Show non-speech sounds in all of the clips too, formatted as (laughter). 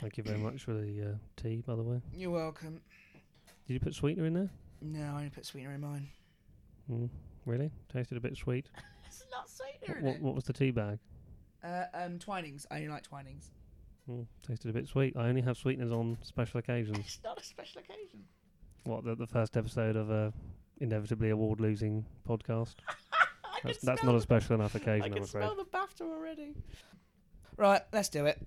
Thank you very much for the uh, tea, by the way. Oh, You're welcome. Did you put sweetener in there? No, I only put sweetener in mine. Mm, really? Tasted a bit sweet. It's a lot of sweetener What, in what, it. what was the tea bag? Uh, um, Twinings. I only like Twinings. Mm, tasted a bit sweet. I only have sweeteners on special (laughs) occasions. It's not a special occasion. (laughs) What, the, the first episode of a inevitably award losing podcast? I That's, can that's smell not a the- special enough I occasion, I'm can afraid. smell the BAFTA already. Right, let's do it.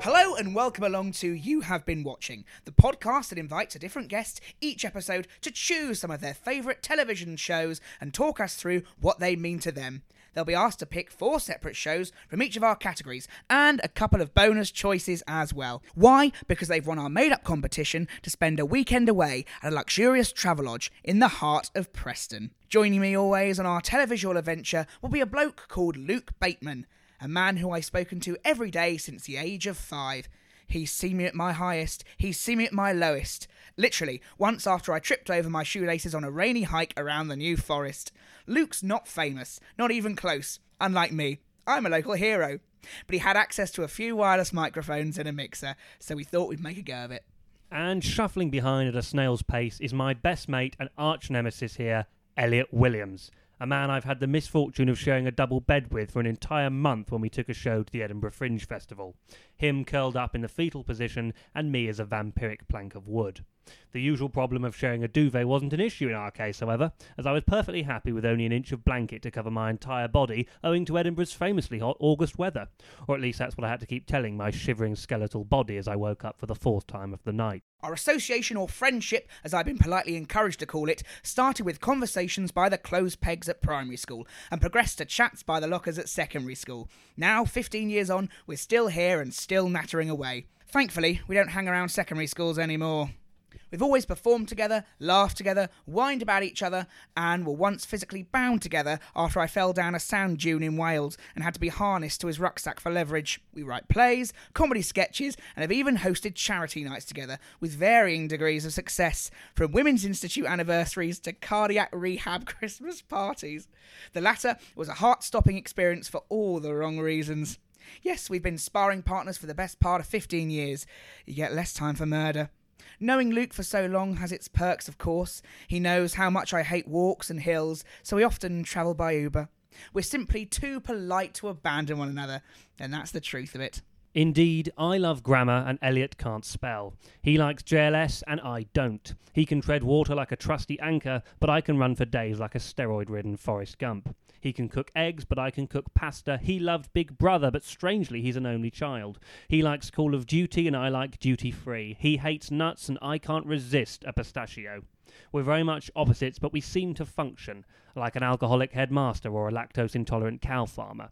Hello and welcome along to You Have Been Watching, the podcast that invites a different guest each episode to choose some of their favourite television shows and talk us through what they mean to them. They'll be asked to pick four separate shows from each of our categories and a couple of bonus choices as well. Why? Because they've won our made up competition to spend a weekend away at a luxurious travelodge in the heart of Preston. Joining me always on our televisual adventure will be a bloke called Luke Bateman a man who I've spoken to every day since the age of five. He's seen me at my highest, he's seen me at my lowest. Literally, once after I tripped over my shoelaces on a rainy hike around the New Forest. Luke's not famous, not even close, unlike me. I'm a local hero. But he had access to a few wireless microphones and a mixer, so we thought we'd make a go of it. And shuffling behind at a snail's pace is my best mate and arch nemesis here, Elliot Williams, a man I've had the misfortune of sharing a double bed with for an entire month when we took a show to the Edinburgh Fringe Festival. Him curled up in the fetal position, and me as a vampiric plank of wood. The usual problem of sharing a duvet wasn't an issue in our case, however, as I was perfectly happy with only an inch of blanket to cover my entire body, owing to Edinburgh's famously hot August weather. Or at least that's what I had to keep telling my shivering skeletal body as I woke up for the fourth time of the night. Our association or friendship, as I've been politely encouraged to call it, started with conversations by the clothes pegs at primary school and progressed to chats by the lockers at secondary school. Now, 15 years on, we're still here and still nattering away. Thankfully, we don't hang around secondary schools anymore. We've always performed together, laughed together, whined about each other, and were once physically bound together after I fell down a sand dune in Wales and had to be harnessed to his rucksack for leverage. We write plays, comedy sketches, and have even hosted charity nights together with varying degrees of success, from Women's Institute anniversaries to cardiac rehab (laughs) Christmas parties. The latter was a heart stopping experience for all the wrong reasons. Yes, we've been sparring partners for the best part of 15 years. You get less time for murder. Knowing Luke for so long has its perks, of course. He knows how much I hate walks and hills, so we often travel by Uber. We're simply too polite to abandon one another, and that's the truth of it. Indeed, I love grammar and Elliot can't spell. He likes JLS and I don't. He can tread water like a trusty anchor, but I can run for days like a steroid ridden Forrest Gump. He can cook eggs, but I can cook pasta. He loved Big Brother, but strangely, he's an only child. He likes Call of Duty and I like Duty Free. He hates nuts and I can't resist a pistachio. We're very much opposites, but we seem to function like an alcoholic headmaster or a lactose intolerant cow farmer.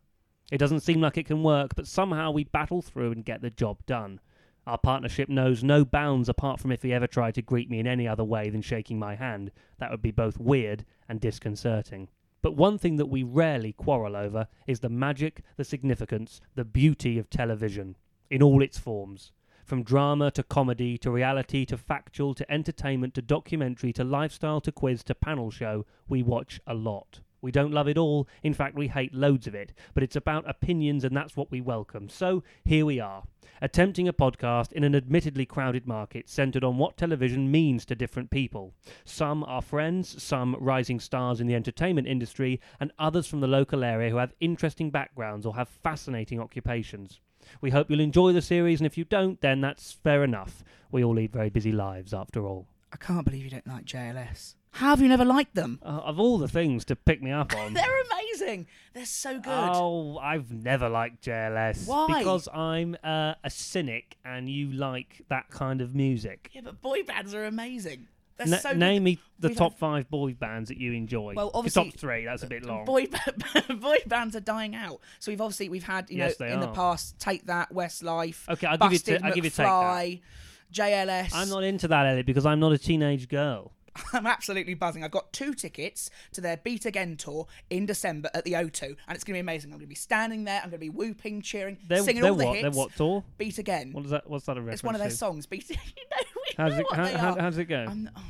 It doesn't seem like it can work, but somehow we battle through and get the job done. Our partnership knows no bounds apart from if he ever tried to greet me in any other way than shaking my hand. That would be both weird and disconcerting. But one thing that we rarely quarrel over is the magic, the significance, the beauty of television, in all its forms. From drama to comedy to reality to factual to entertainment to documentary to lifestyle to quiz to panel show, we watch a lot. We don't love it all, in fact, we hate loads of it, but it's about opinions and that's what we welcome. So here we are, attempting a podcast in an admittedly crowded market centered on what television means to different people. Some are friends, some rising stars in the entertainment industry, and others from the local area who have interesting backgrounds or have fascinating occupations. We hope you'll enjoy the series, and if you don't, then that's fair enough. We all lead very busy lives, after all. I can't believe you don't like JLS. How have you never liked them? Uh, of all the things to pick (laughs) me up on. They're amazing. They're so good. Oh, I've never liked JLS. Why? Because I'm uh, a cynic, and you like that kind of music. Yeah, but boy bands are amazing. They're Na- so good. name me the We've top five boy bands that you enjoy. Well, The obviously- top three. That's a bit long. Boy, ba- (laughs) boy bands are dying out. So we've obviously we've had you Yes, know they in the are. past Take That, Westlife, Okay, I'll give you Busted, t- I'll give you Take That. McFly, JLS. I'm not into that, Elliot, because I'm not a teenage girl. I'm absolutely buzzing. I've got two tickets to their Beat Again tour in December at the O2, and it's going to be amazing. I'm going to be standing there. I'm going to be whooping, cheering, They're, singing they're all the what? hits. They're what tour? Beat Again. What is that? What's that a reference it's one of their to? songs. Beat. (laughs) you know, we How's know it, what how, they how, are. how does it go? I'm, oh,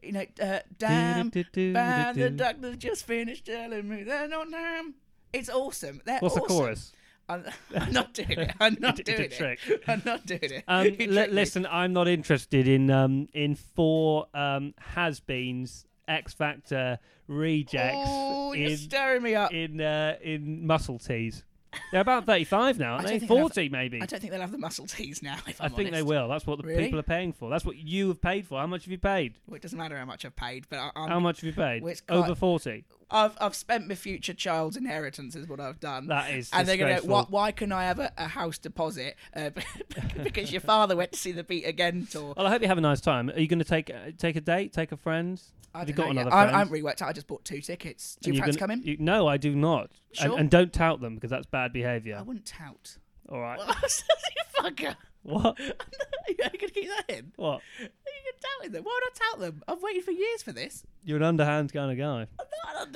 you know, uh, damn, Do-do-do-do-do. bam, the doctor just finished telling me they're not damn. It's awesome. They're What's awesome. the chorus? (laughs) I'm, I'm not doing it. (laughs) I'm not You did a doing it. trick. I'm not doing it. (laughs) Um, You li- tricked me. listen, I'm not interested in um, in four um, has-beens, X Factor rejects Oh, you're in stirring me up. in uh, in muscle tees. They're about 35 now, aren't don't they? think they'll have- 40 maybe. I don't think they'll have the muscle (laughs) tees now. If I I'm think they honest. will. That's what the Really? people are paying for. That's what you have paid for. How much have you paid? Well, it doesn't matter how much I've paid, but I, I'm, How much have you paid? Well, it's quite- Over 40. I've I've spent my future child's inheritance is what I've done. That is and they're gonna. Why, disgraceful. why can I have a, a house deposit? Uh, (laughs) because your father went to see the Beat Again tour. Well, I hope you have a nice time. Are you going to take uh, take a date? Take a friend? I have you got don't know yet. another I, friend? I haven't reworked out. I just bought two tickets. Do And you you're fancy gonna- coming? you- no, I do not. And- Sure. And, don't tout them because that's bad behaviour. I wouldn't tout. (laughs) All right. Well, you fucker. (laughs) What? You're going to keep that in? What? Are you going to tout them? Why would I tout them? I've waited for years for this. (laughs) You're an underhand kind of guy. I'm not an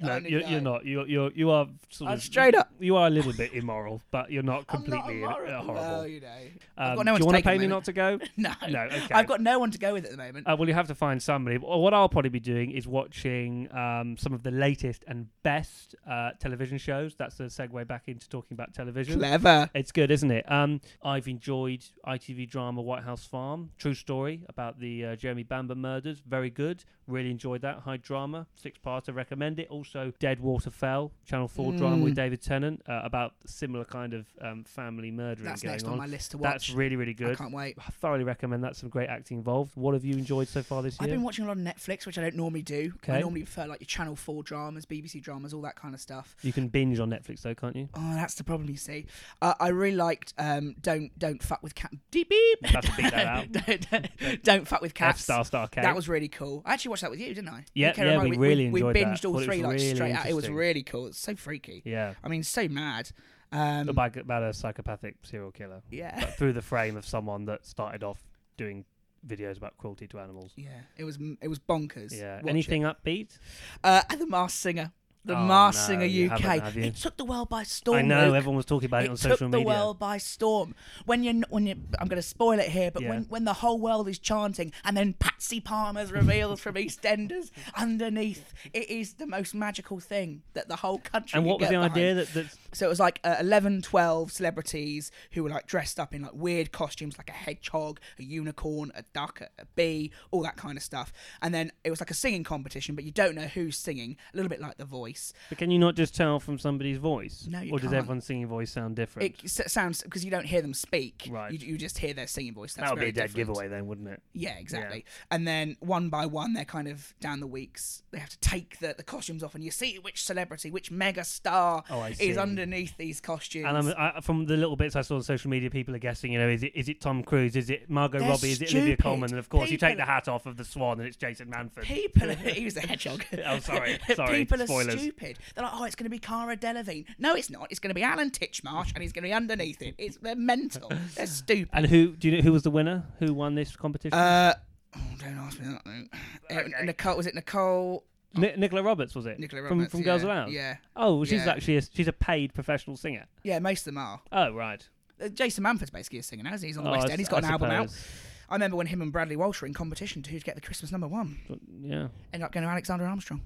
No, kind of you're, guy. you're not. You're you're you are sort I'm of straight up. You are a little bit immoral, but you're not (laughs) I'm not completely immoral. uh, Well, horrible. you know. (laughs) Um, got no one to do you wanna take at pay the me moment. not to go? No. No, (laughs) okay. I've got no one to go with at the moment. Uh, well, you have to find somebody. Or what I'll probably be doing is watching um, some of the latest and best uh, television shows. That's a segue back into talking about television. Clever. It's good, isn't it? Um, I've enjoyed ITV drama White House Farm, true story about the uh, Jeremy Bamber murders. Very good. Really enjoyed that. High drama, six parter. Recommend it. Also, Dead Water Fell, Channel Four drama Mm. with David Tennant uh, about similar kind of um, family murdering That's going next on. my list to watch. That's really, really I good. can't wait. I thoroughly recommend that. Some great acting involved. What have you enjoyed so far this I've year? been watching a lot of Netflix, which I don't normally do. I Okay. normally prefer like your Channel 4 dramas, BBC dramas, all that kind of stuff. you can binge on Netflix though, can't you? Oh, that's the problem you see. Uh, I really liked um, don't don't fuck with cat deep beep. Have to beat that (laughs) out. don't, don't, don't fuck with F cats. star star K. That was really cool. I actually watched that with you, didn't I? Yeah, You came yeah, around, we really we, enjoyed We that. binged all Thought it three was like really straight out. It was interesting. really cool. It's so freaky. yeah. I mean, so mad. Um, About, about a psychopathic serial killer. yeah, but through the frame of someone that started off doing videos about cruelty to animals. yeah. It was it was bonkers. Yeah. Watch it. Anything upbeat? Uh, and the Masked Singer. The Oh, Masked no, Singer UK. you haven't, have you? It took the world by storm. I know Luke. everyone was talking about it, on it social took media. the world by storm. When you when you I'm going to spoil it here, but Yeah. when when the whole world is chanting and then Patsy Palmer's revealed from EastEnders underneath, it is the most magical thing that the whole country. and could what was get the behind. idea that that's So it was like uh, 11, 12 celebrities who were like dressed up in like weird costumes, like a hedgehog, a unicorn, a duck, a, a bee, all that kind of stuff. And then it was like a singing competition, but you don't know who's singing. A little bit like The Voice. but can you not just tell from somebody's voice? No, you or does can't. everyone's singing voice sound different? It s- sounds because you don't hear them speak. Right. You, you just hear their singing voice. That's that would very be a dead different. giveaway then, wouldn't it? Yeah, exactly. And then one by one, they're kind of down the weeks. They have to take the, the costumes off, and you see which celebrity, which mega star Oh, I see. is underneath these costumes. And I'm, I, from the little bits I saw on social media, people are guessing. You know, is it is it Tom Cruise? Is it Margot They're Robbie? Is it Olivia stupid. Colman? And of course, you take People- the hat off of the Swan, and it's Jason Manford. People, (laughs) he was the hedgehog. (laughs) Oh, sorry, sorry, People are spoilers. stupid. They're like, oh, it's going to be Cara Delevingne. No, it's not. It's going to be Alan Titchmarsh, and he's going to be underneath it. It's they're mental. they're stupid. (laughs) and who do you know? Who was the winner? Who won this competition? Uh, oh, don't ask me that. Mate. Uh, Nicole was it Nicole? Ni- Nicola Roberts was it? Nicola from Roberts, from Girls yeah, Aloud. yeah. Oh, well, she's Yeah. actually a, she's a paid professional singer. Yeah, most of them are. Oh right. Uh, Jason Manford's basically a singer now. isn't he? He's on the Oh, West I End. He's s- got I an album out. suppose. I remember when him and Bradley Walsh were in competition to who'd get the Christmas number one. But, yeah. Ended up going to Alexander Armstrong.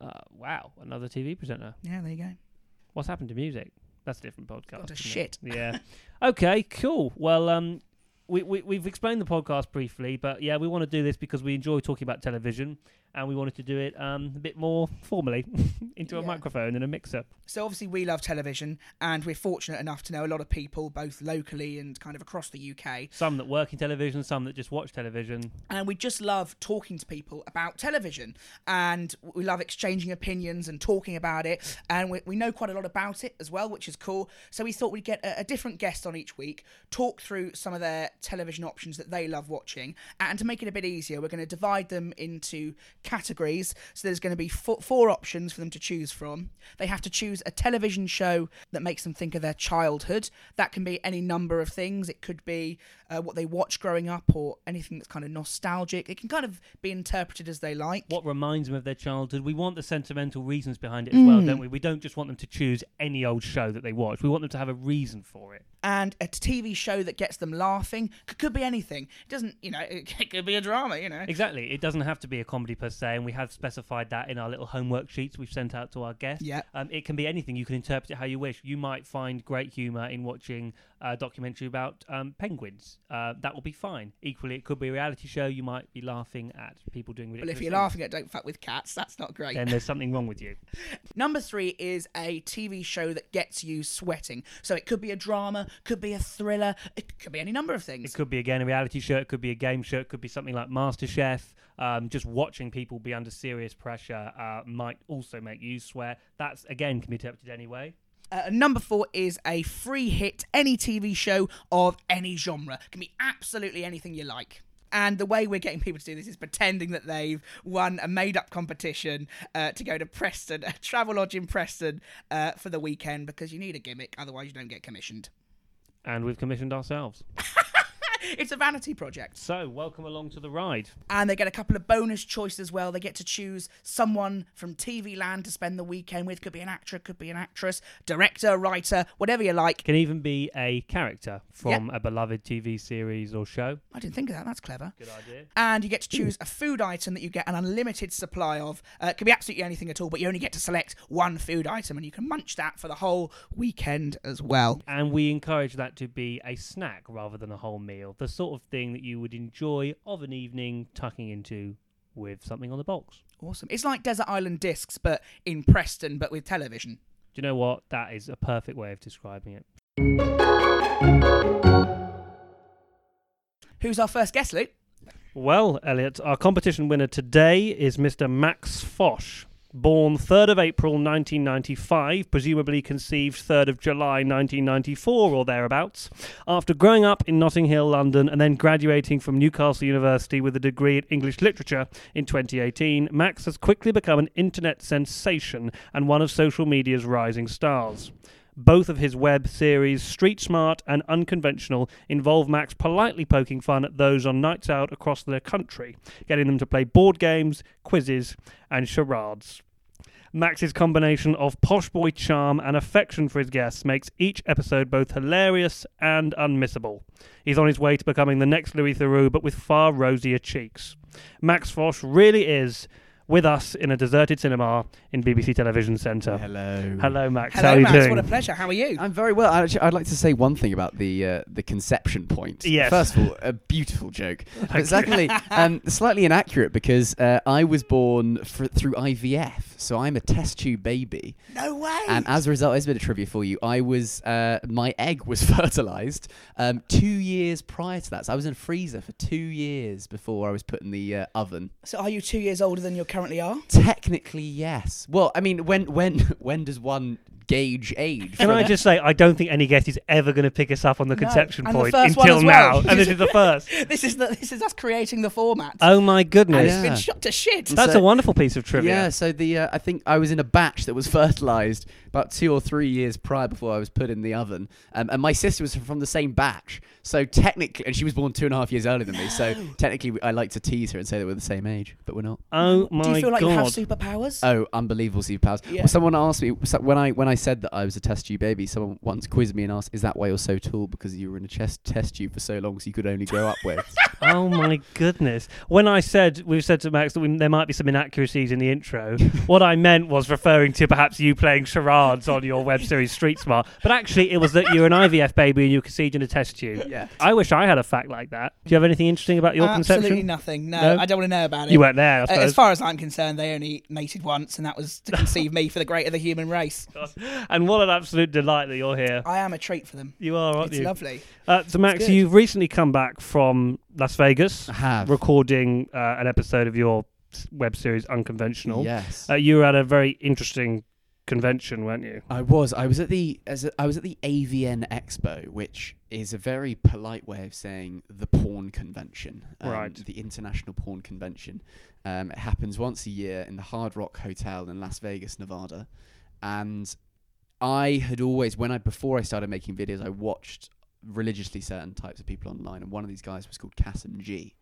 Uh, wow, another TV presenter. Yeah, there you go. What's happened to music? That's a different podcast. What a isn't it? shit. Yeah. okay. Cool. Well, um, we, we we've explained the podcast briefly, but yeah, we want to do this because we enjoy talking about television, and we wanted to do it um, a bit more formally (laughs) into a Yeah. microphone and a mixer. So obviously we love television, and we're fortunate enough to know a lot of people, both locally and kind of across the UK. Some that work in television, some that just watch television. and we just love talking to people about television and we love exchanging opinions and talking about it and we, we know quite a lot about it as well which is cool so we thought we'd get a, a different guest on each week talk through some of their television options that they love watching and to make it a bit easier we're going to divide them into categories so there's going to be four, four options for them to choose from they have to choose a television show that makes them think of their childhood that can be any number of things it could be uh, what they watched growing up or anything that's kind of nostalgic. It can kind of be interpreted as they like. What reminds them of their childhood? We want the sentimental reasons behind it as well, Mm. don't we? We don't just want them to choose any old show that they watch. We want them to have a reason for it. And a TV show that gets them laughing C- could be anything. It doesn't, you know, (laughs) it, could be a drama, you know. Exactly. It doesn't have to be a comedy per se, and we have specified that in our little homework sheets we've sent out to our guests. Yeah. Um, it can be anything. You can interpret it how you wish. You might find great humour in watching a documentary about um, penguins. Uh, that will be fine. Equally, it could be a reality show. You might be laughing at people doing But ridiculous if you're things. laughing at Don't Fuck with Cats, that's not great. then there's something wrong with you. Number three is a TV show that gets you sweating. So it could be a drama, could be a thriller, it could be any number of things. It could be again a reality show. It could be a game show. It could be something like MasterChef. Um, just watching people be under serious pressure uh, might also make you swear. That's again can be interpreted anyway. Uh, number four is a free hit, any TV show of any genre. It can be absolutely anything you like. And the way we're getting people to do this is pretending that they've won a made up competition uh, to go to Preston, (laughs) a travel lodge in Preston uh, for the weekend because you need a gimmick, otherwise, you don't get commissioned. And we've commissioned ourselves. It's a vanity project. So, welcome along to the ride. And they get a couple of bonus choices as well. They get to choose someone from TV land to spend the weekend with. Could be an actor, could be an actress, director, writer, whatever you like. Can even be a character from a beloved TV series or show. I didn't think of that. That's clever. Good idea. and you get to choose a food item that you get an unlimited supply of. Uh, it can be absolutely anything at all, but you only get to select one food item, and you can munch that for the whole weekend as well. And we encourage that to be a snack rather than a whole meal, the sort of thing that you would enjoy of an evening tucking into with something on the box. Awesome! It's like Desert Island Discs, but in Preston, but with television. Do you know what? That is a perfect way of describing it. Who's our first guest, Luke? Well, Elliot, our competition winner today is Mr. Max Foch, born 3rd of April 1995, presumably conceived 3rd of July 1994 or thereabouts, after growing up in Notting Hill, London, and then graduating from Newcastle University with a degree in English literature in 2018, Max has quickly become an internet sensation and one of social media's rising stars. Both of his web series, Street Smart and Unconventional, involve Max politely poking fun at those on nights out across the country, getting them to play board games, quizzes, and charades. Max's combination of posh boy charm and affection for his guests makes each episode both hilarious and unmissable. He's on his way to becoming the next Louis Theroux, but with far rosier cheeks. Max Fosh really is with us in a deserted cinema in BBC Television Centre. Hello. uh, Hello, Max. How Hello, are you Max. doing? What a pleasure. How are you? I'm very well. Actually, I'd like to say one thing about the uh, the conception point. Yes. First of all, a (laughs) beautiful joke. you. But secondly, um, slightly inaccurate because uh, I was born fr- through IVF, so I'm a test tube baby. no way. And as a result, here's a bit of trivia for you. I was uh, my egg was (laughs) fertilized um, two years prior to that. So I was in a freezer for two years before I was put in the uh, oven. so, are you two years older than you currently (laughs) are? Technically, yes. Well, I mean, when when (laughs) when does one gauge age? Can From- I just say, I don't think any guest is ever going to pick us up on the conception And the point first one until as well. now, and this is the first. This is the, this is us creating the format. Oh my goodness, Yeah. Been shot to shit. that's So- a wonderful piece of trivia. Yeah, so the uh, I think I was in a batch that was fertilized about two or three years prior before I was put in the oven, um, and my sister was from the same batch. So technically, and she was born two and a half years earlier than me. So technically, we- I like to tease her and say that we're the same age, but we're not. Oh my Do you feel like god. you have superpowers? Uh, Oh, unbelievable superpowers! Yeah. Well, someone asked me so when I when I I said that I was a test tube baby, someone once quizzed me and asked, "Is that why you're so tall? Because you were in a chest test tube for so long, so you could only grow up with." oh my goodness! When I said we've said to Max that we, there might be some inaccuracies in (laughs) the intro, what I meant was referring to perhaps you playing charades on your web series Street Smart, but actually it was that you're an IVF baby and you were conceived in a test tube. yeah. I wish I had a fact like that. Do you have anything interesting about your Absolutely conception? nothing. No, No? I don't want to know about it. You weren't there, Uh, I as suppose. far as I'm concerned, they only mated once, and that was to conceive me for the great of the human race. and what an absolute delight that you're here. I am a treat for them. You are, aren't It's you? lovely. Uh, so, Max, good. you've recently come back from Las Vegas, I have. recording uh, an episode of your s- web series Unconventional. Yes. Uh, you were at a very interesting convention, weren't you? I was. I was at the as a, I was at the AVN Expo, which is a very polite way of saying the porn convention, um, Right. The international porn convention. Um, it happens once a year in the Hard Rock Hotel in Las Vegas, Nevada, and I had always, when I before I started making videos, I watched religiously certain types of people online, and one of these guys was called Kasim G.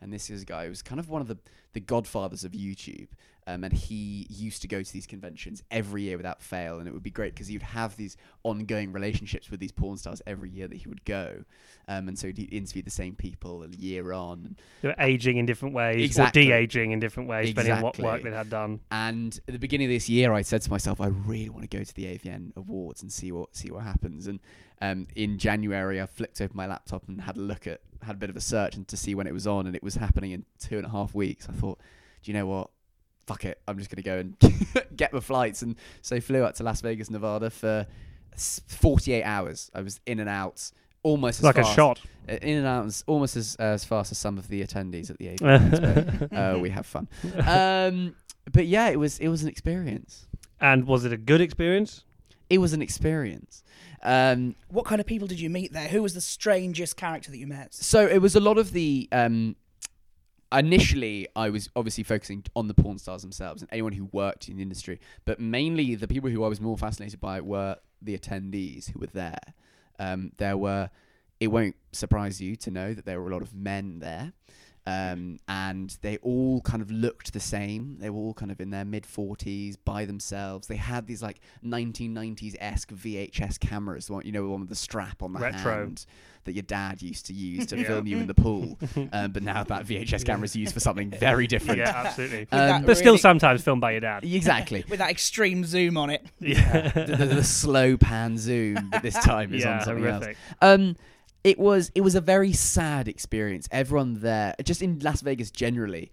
And this is a guy who was kind of one of the, the godfathers of YouTube. Um, and he used to go to these conventions every year without fail. And it would be great because he would have these ongoing relationships with these porn stars every year that he would go. Um, and so he'd interview the same people a year on. They were aging in different ways, Exactly. or de-aging in different ways, depending on what work Exactly. they had done. And at the beginning of this year, I said to myself, I really want to go to the AVN Awards and see what see what happens. And um, in January, I flipped open my laptop and had a look at had a bit of a search and to see when it was on, and it was happening in two and a half weeks. I thought, do you know what? Fuck it, I'm just going to go and (laughs) get my flights. And so flew out to Las Vegas, Nevada for s- 48 hours. I was in and out. Almost as Like fast- a shot. uh, in and out, as- almost as, as fast as some of the attendees at the (laughs) AVN (laughs) uh, we have fun. Um, but yeah, it was it was an experience. and was it a good experience? It was an experience. Um, What kind of people did you meet there? Who was the strangest character that you met? so it was a lot of the. Um, initially, I was obviously focusing on the porn stars themselves and anyone who worked in the industry, but mainly the people who I was more fascinated by were the attendees who were there. Um, there were. It won't surprise you to know that there were a lot of men there. um, and they all kind of looked the same. They were all kind of in their mid 40s by themselves. They had these like 1990s esque VHS cameras, the one, you know, the one with the strap on the Retro. hand that your dad used to use to Yeah. film you in (laughs) the pool. um, but now that VHS camera is used for something (laughs) very different. yeah, absolutely. (laughs) With that Um, but still really- sometimes filmed by your dad. Exactly. with that extreme zoom on it. Yeah. (laughs) (laughs) the, the- the slow pan zoom, but this time it's yeah, on something else. horrific. Um, it was it was a very sad experience. Everyone there, just in Las Vegas generally,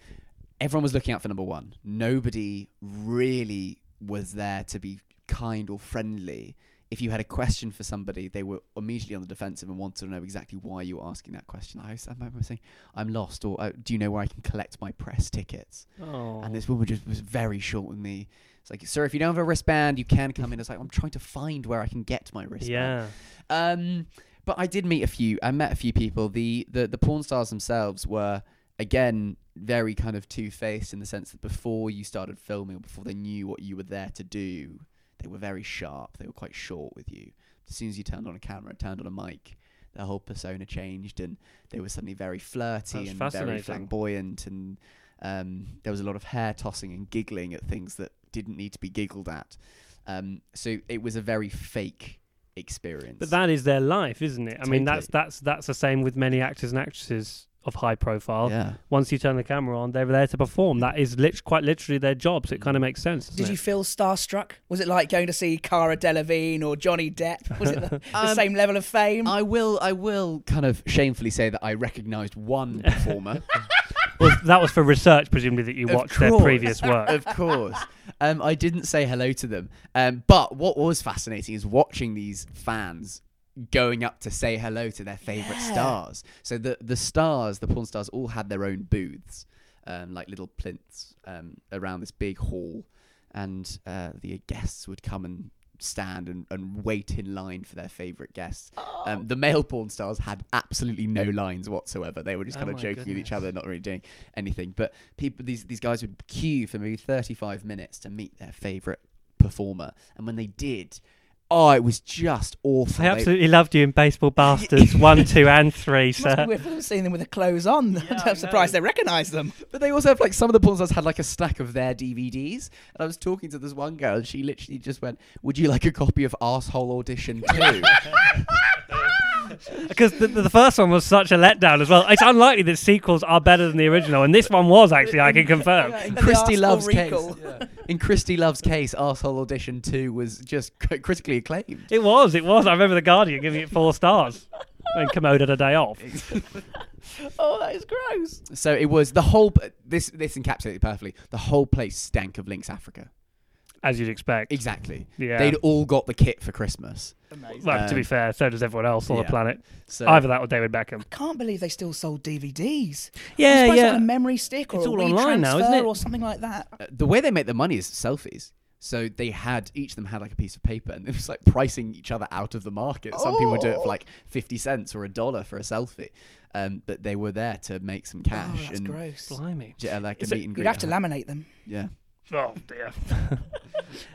everyone was looking out for number one. Nobody really was there to be kind or friendly. If you had a question for somebody, they were immediately on the defensive and wanted to know exactly why you were asking that question. I was, I remember saying, "I'm lost," or uh, "Do you know where I can collect my press tickets?" Oh. And this woman just was very short with me. It's like, "Sir, if you don't have a wristband, you can come in." I was like, "I'm trying to find where I can get my wristband." yeah. Um, but I did meet a few. I met a few people. The the, the porn stars themselves were again very kind of two faced in the sense that before you started filming, before they knew what you were there to do, they were very sharp. They were quite short with you. As soon as you turned on a camera, turned on a mic, their whole persona changed, and they were suddenly very flirty That's and very fascinating. flamboyant. And um, there was a lot of hair tossing and giggling at things that didn't need to be giggled at. Um, so it was a very fake experience. But that is their life, isn't it? I mean, that's Totally. that's that's the same with many actors and actresses of high profile. Yeah. Mm. Once you turn the camera on, they're there to perform. That is lit- quite literally their job, so it kind of makes sense. doesn't Did you it? feel starstruck? Was it like going to see Cara Delevingne or Johnny Depp? Was it the, the same level of fame? Um, I will I will kind of shamefully say that I (laughs) recognized one performer. Well, that was for research, presumably, that you Of watched their course. (laughs) previous work. of course. Um, I didn't say hello to them. Um, but what was fascinating is watching these fans going up to say hello to their favorite stars. So the the stars, the porn stars all had their own booths, um, like little plinths um, around this big hall and uh, the guests would come and stand and, and wait in line for their (gasps) favorite guests. Um, the male porn stars had absolutely no lines whatsoever. They were just Oh kind of my joking with each goodness. other, not really doing anything. But people, these these guys would queue for maybe 35 minutes to meet their favorite performer, and when they did. Oh, it was just awful. I They- absolutely loved you in Baseball Bastards (laughs) one, two, and three, Must be sir. weird for them seeing them with the clothes on. (laughs) I I'm surprised they recognise them. But they also have like some of the porn stars had like a stack of their DVDs, and I was talking to this one girl, and she literally just went, "Would you like a copy of Asshole Audition 2? (laughs) Because the, the first one was such a letdown as well. It's unlikely that sequels are better than the original, and this one was actually. I can confirm. Yeah, In the Christy arsehole Love's recall. (laughs) case, in Christy Love's case, Asshole Audition Two was just c- critically acclaimed. It was. It was. I remember the Guardian giving it four stars when Komodo had a day off. Oh, that is gross. So it was the whole. This this encapsulated it perfectly. The whole place stank of Lynx Africa. As you'd expect. Exactly. Yeah. They'd all got the kit for Christmas. Amazing. well, to be Um, fair, so does everyone else on the yeah. planet. So Either that or David Beckham. Can't believe they still sold DVDs. I Yeah, suppose yeah. on a memory stick or It's a all Wii online now, isn't transfer it? Or something like that. Oh, uh, the way they make the money is selfies. So they had each of them had like a piece of paper, and it was like pricing each other out of the market. Some people would do it for Oh. like fifty cents or a dollar for a selfie, um, but they were there to make some Oh, cash that's and gross. Blimey. j- uh, like a So meet and You'd greet have to at- laminate them. yeah. Oh dear. (laughs)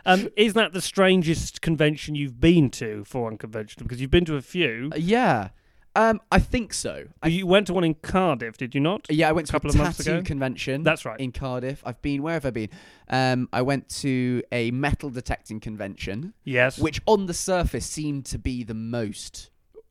um, is that the strangest convention you've been to for unconventional? Because you've been to a few. Uh, yeah, um, I think so. I, you went to one in Cardiff, did you not? yeah, I went to couple a of months tattoo ago? convention. That's right. in Cardiff. I've been where have I been? Um, I went to a metal detecting convention. Yes. which on the surface seemed to be the most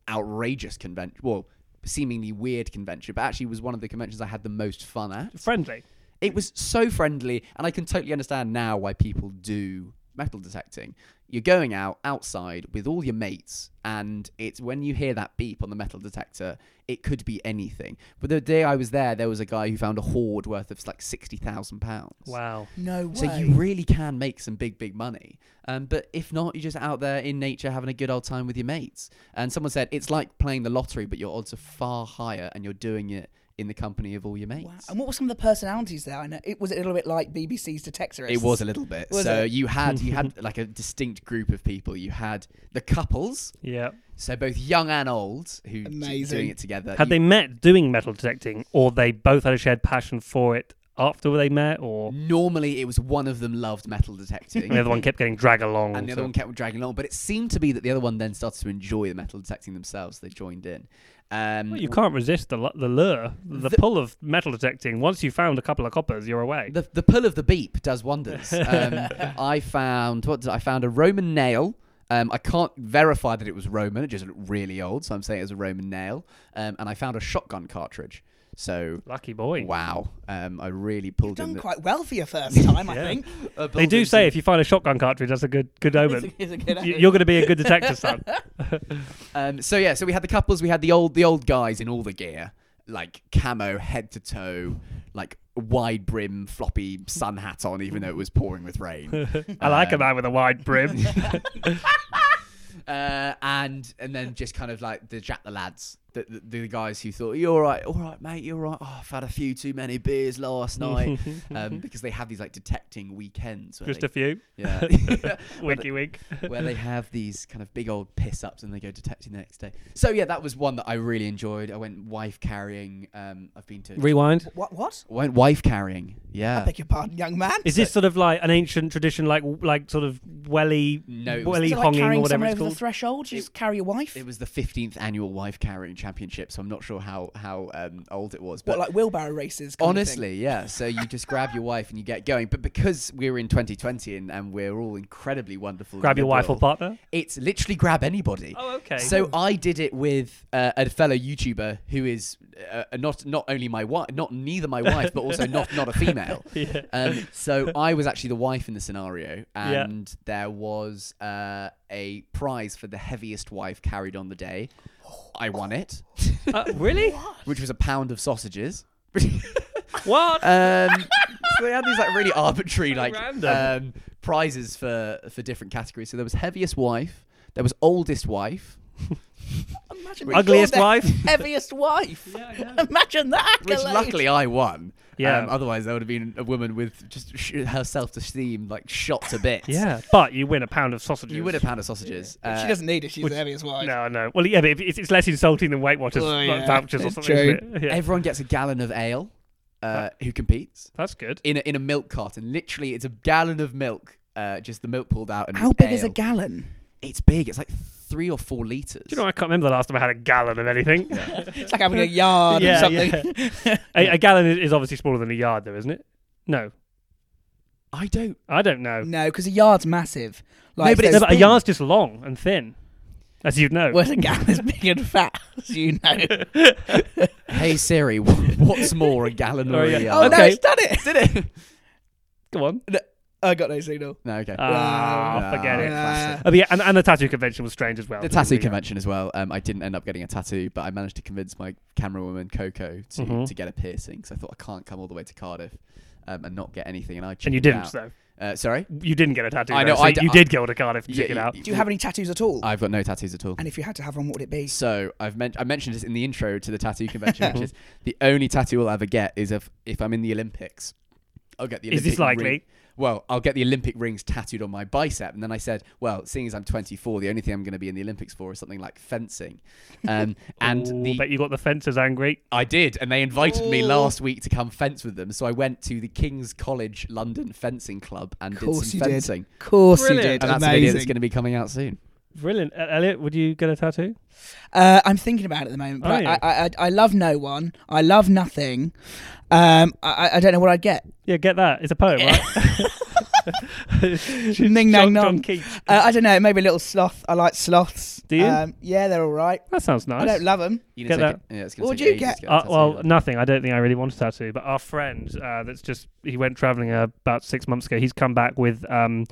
outrageous convention well seemingly weird convention but actually was one of the conventions i had the most fun at friendly. it was so friendly and i can totally understand now why people do metal detecting you're going out outside with all your mates and it's when you hear that beep on the metal detector it could be anything but the day i was there there was a guy who found a hoard worth of like 60000 pounds Wow. No way. so you really can make some big, big money. Um, but if not, you're just out there in nature having a good old time with your mates. And someone said it's like playing the lottery, but your odds are far higher, and you're doing it in the company of all your mates. Wow. And what were some of the personalities there? I know it was a little bit like BBC's Detectorist. It was a little bit. Was so it? you had you (laughs) had like a distinct group of people. You had the couples, Yeah. so both young and old, who j- Amazing. doing it together. Had You- they met doing metal detecting, or they both had a shared passion for it after they met, or (laughs) Normally, it was one of them loved metal detecting. and the other one kept getting dragged along? (laughs) and the so- other one kept dragging along. But it seemed to be that the other one then started to enjoy the metal detecting themselves. They joined in. Um, Well, you can't resist the lu- the lure, the, The- pull of metal detecting. Once you found a couple of coppers, you're away. the the pull of the beep (laughs) does wonders. Um, I found what did I I found a Roman nail. Um, I can't verify that it was Roman. It just looked really old, so I'm saying it was a Roman nail. Um, and I found a shotgun cartridge. So Lucky boy. wow, um, I really pulled in. done the- quite well for your first time, I (laughs) Yeah. think. uh, They pulled do in say some- if you find a shotgun cartridge, that's a good good It's omen. a- it's a good You- idea. You're going to be a good detective, son. Um, so yeah, so we had the couples, we had the old the old guys in all the gear, like camo head to toe, like wide brim floppy sun hat on, even though it was pouring with rain. I like a Um, man with a wide brim. uh, and and then just kind of like the Jack the lads, the, the, the guys who thought you're all right, all right, mate, you're all right. Oh, I've had a few too many beers last night, (laughs) um, because they have these like detecting weekends. Where Just they, a few. (laughs) yeah. (laughs) Winky wink. where they have these kind of big old piss ups and they go detecting the next day. So yeah, that was one that I really enjoyed. I went wife carrying. Um, I've been to Rewind. What? What? went wife carrying. I Yeah. beg your pardon, young man. Is this sort of like an ancient tradition, like like sort of welly, No, it was- welly Is it like honging carrying or whatever someone it's over the called? threshold? Just carry your wife? It was the 15th annual wife carrying championship, so I'm not sure how how um, old it was. But what, like wheelbarrow races? kind of thing? honestly, yeah. So you just grab your wife and you get going. But because we're in 2020 and, and we're all incredibly wonderful, and Grab your wife or liberal, partner. It's literally grab anybody. Oh, okay. So I did it with uh, a fellow YouTuber who is uh, not not only my wife, not neither my wife, but also not not a (laughs) female. Yeah. Um, so I was actually the wife in the scenario, Yeah. and there was uh, a prize for the heaviest wife carried on the day. I won it, Uh, really? which was a pound of sausages. What? Um, so they had these like really arbitrary like Random. um, prizes for for different categories. So there was heaviest wife, there was oldest wife, Imagine Which- you Ugliest called wife. the (laughs) Heaviest wife. (laughs) Imagine that. which accolade. luckily I won. Yeah. Um, otherwise, there would have been a woman with just sh- her self esteem like shot to bits. Yeah, but you win a pound of sausages. You would have pound of sausages. She Uh, doesn't need it. She's the heaviest wife. No, no. Well, yeah, but if- it's, it's less insulting than Weight Watchers Well, like, Oh, yeah, vouchers or it's something. Isn't it? Yeah. Everyone gets a gallon of ale. Uh, who competes That's good. in a, in a milk carton? Literally, it's a gallon of milk. Uh, just the milk pulled out. And How it's big is a ale. gallon? It's big. It's like three or four liters. Do you know, I can't remember the last time I had a gallon of anything. It's like having a yard or Yeah, something. (laughs) a, a gallon is- is obviously smaller than a yard, though, isn't it? No, I don't. I don't know. (laughs) No, because a yard's massive. No, but there's- No, but a yard's just long and thin, as you'd know. Whereas a gallon is big and fat, (laughs) as you know. Hey Siri, (laughs) wh- what's more, a gallon or Oh, a (laughs) yeah. (laughs) yard? Oh no, Okay. it's done (laughs) it. Did it? (laughs) Go on. I got no signal. No, okay. Ah, Nah, forget it. classic. Oh, but yeah, and, and the tattoo convention was strange as well. The It was tattoo really- convention as well. Um, I didn't end up getting a tattoo, but I managed to convince my camera woman Coco to, Mhm. to get a piercing. So I thought I can't come all the way to Cardiff um, and not get anything, and I And you chickened didn't, out. though. Uh, sorry, You didn't get a tattoo. I though, know, so I d- you I- did go to Cardiff to Yeah, check it you- out. Do you have any tattoos at all? I've got no tattoos at all. and if you had to have one, what would it be? So I've meant I mentioned this in the intro to the tattoo convention, (laughs) which is the only tattoo I'll ever get is if if I'm in the Olympics. I'll get the Is Olympic this Ring. likely? Well, I'll get the Olympic rings tattooed on my bicep, and then I said, "Well, seeing as I'm 24, the only thing I'm going to be in the Olympics for is something like fencing." (laughs) Um, and Ooh, the bet you got the fences angry. I did, and they invited me Oh. Ooh. last week to come fence with them. So I went to the King's College London Fencing Club and Of did course some you did. fencing. Of course you Brilliant. did. And that's a video that's Amazing. going to be coming out soon. Brilliant. Uh, Elliot, would you get a tattoo? Uh, I'm thinking about it at the moment, but Are I, you? I, I, I love no one. I love nothing. Um, I, I- I don't know what I'd (laughs) get. Yeah, get that. It's a poem, (laughs) (laughs) right? Ning nang John, John nong. Keats. Uh, I don't know. Maybe a little sloth. I like sloths. Do you? Um, yeah, they're all right. That sounds nice. I don't love them. You Get take it- yeah, it's gonna What take would you ages to get? a Uh, tattoo well, done. nothing. I don't think I really want a tattoo. But our friend, uh, that's just he went traveling uh, about six months ago. He's come back with um,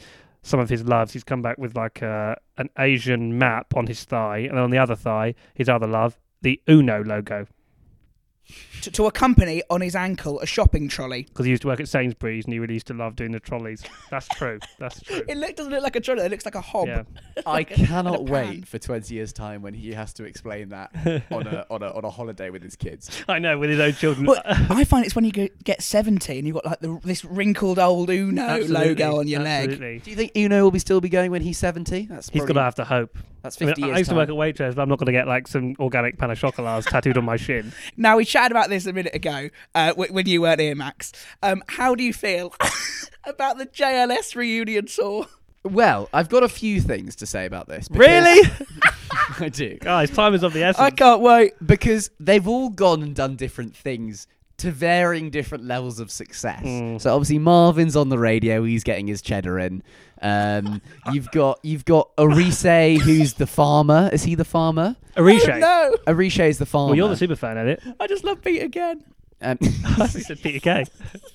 some of his loves. He's come back with like uh, an Asian map on his thigh, and on the other thigh, his other love, the Uno logo, To, to accompany on his ankle a shopping trolley. because he used to work at Sainsbury's and he really used to love doing the trolleys. That's true. That's true. (laughs) It look, doesn't look like a trolley. It looks like a hob. Yeah. I cannot pan. wait for 20 years' time when he has to explain (laughs) that on a on a on a holiday with his kids. I know with his own children. Well, I find it's when you go, get 70 and you've got like the, this wrinkled old Uno Absolutely, logo on your leg. absolutely. Do you think Uno will be still be going when he's 70? That's He's probably- going to have to hope. that's I, mean, 50 I- I years. used to time. work at Waitrose, but I'm not going to get like some organic pan of chocolats tattooed on my (laughs) shin. Now, we chatted about this a minute ago uh, wh- when you weren't here, Max. Um, how do you feel (laughs) about the JLS reunion tour? Well, I've got a few things to say about this. because- Really? (laughs) I do. Guys, time is of the essence. I can't wait. because they've all gone and done different things to varying different levels of success. Mm. So obviously Marvin's on the radio, he's getting his cheddar in. (laughs) Um, you've got you've got Arise, who's the farmer. Is he the farmer? Arisha. (laughs) Oh, no. Arise is the farmer. Well, you're the super fan, (laughs) Elliot. I just love Pete again. um, (laughs) you said Peter Kay.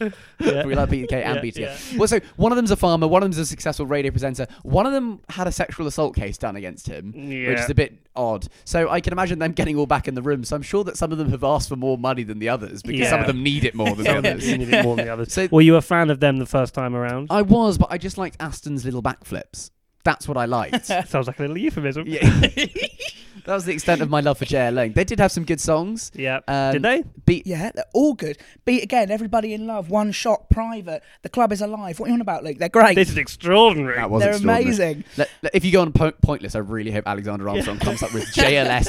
yeah. we like BTK (laughs) Yeah, and BTK. yeah. Well, so one of them's a farmer, one of them's a successful radio presenter, one of them had a sexual assault case done against him, which Yeah. is a bit odd. So I can imagine them getting all back in the room. So I'm sure that some of them have asked for more money than the others because some (laughs) of Yeah. them need it more than the Some of them others. needed it more than the others. So- Were you a fan of them the first time around? I was, but I just liked Aston's little backflips. That's what I liked. Sounds like a little euphemism. yeah. (laughs) that was the extent of my love for JLA. They did have some good songs. Yeah. Um, Did they? Beat. Yeah, they're all good. Beat again, everybody in love, one shot, private. The club is alive. What are you on about, Luke? They're great. This is extraordinary. That was they're extraordinary. amazing. Le- le- if you go on po- Pointless, I really hope Alexander Armstrong comes up with JLS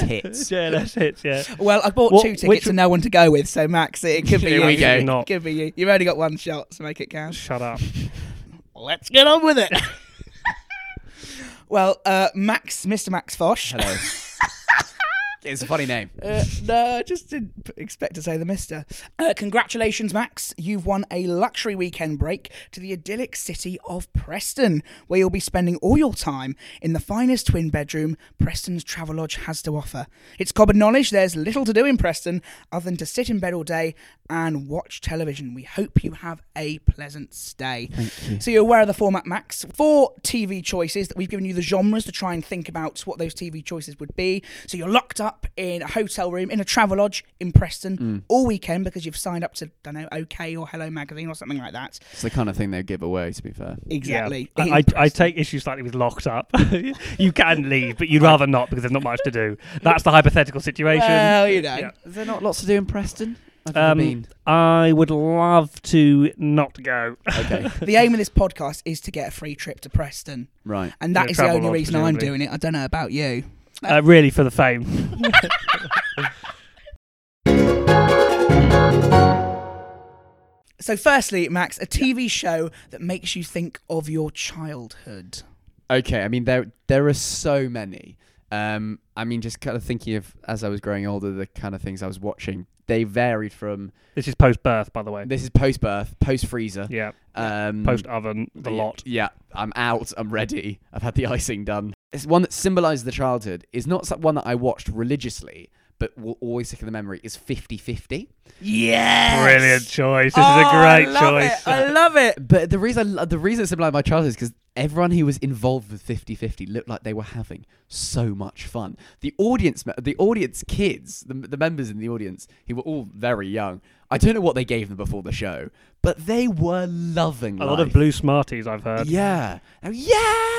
(laughs) hits. yeah, that's it. (laughs) Yeah. Well, I bought What- two tickets which- and no one to go with, so Max, it could be Here you. we go. Not. Could be you. You've only got one shot, so make it count. Shut up. Let's get on with it. (laughs) well, uh, Max, Mr. Max Fosh. (laughs) Hello. it's a funny name. Uh, no, I just didn't p- expect to say the mister. Uh, congratulations, Max. You've won a luxury weekend break to the idyllic city of Preston, where you'll be spending all your time in the finest twin bedroom Preston's Travelodge has to offer. It's common knowledge there's little to do in Preston other than to sit in bed all day and watch television. We hope you have a pleasant stay. So you're aware of the format, Max. Four TV choices that we've given you the genres to try and think about what those TV choices would be. So you're locked up in a hotel room in a travel lodge in Preston Mm. Mm. all weekend because you've signed up to I don't know OK or Hello Magazine or something like that. It's the kind of thing they give away, to be fair. Exactly. Yeah. In I, I, I Preston. take issue slightly with locked up. (laughs) you can leave, but you'd rather not because there's not much to (laughs) do. That's the hypothetical situation. Well, you know. Yeah. Is there not lots to do in Preston? I've never Um, been. I would love to not go. (laughs) Okay, the aim of this podcast is to get a free trip to Preston, right. (laughs) and Yeah, that is the travel only lodge, reason I'm presumably. doing it. I don't know about you. Uh, really, for the fame. So, firstly, Max, a TV show that makes you think of your childhood. Okay, I mean there there are so many. Um, I mean, just kind of thinking of as I was growing older, the kind of things I was watching. They varied from This is post birth, by the way. this is post birth, post freezer, Yeah, um, post oven, the yeah, lot. Yeah, I'm out. I'm ready. I've had the icing done. It's one that symbolises the childhood. Is not so- one that I watched religiously, but will always stick in the memory. Is 50-50. Yes. Brilliant choice. This is Oh, a great I love choice. It. I love it. But the reason I lo- the reason it symbolised my childhood is because everyone who was involved with 50-50 looked like they were having so much fun. The audience, me- the audience kids, the, the members in the audience who were all very young. I don't know what they gave them before the show, but they were loving A lot of life. blue smarties I've heard. Yeah, Oh, yeah.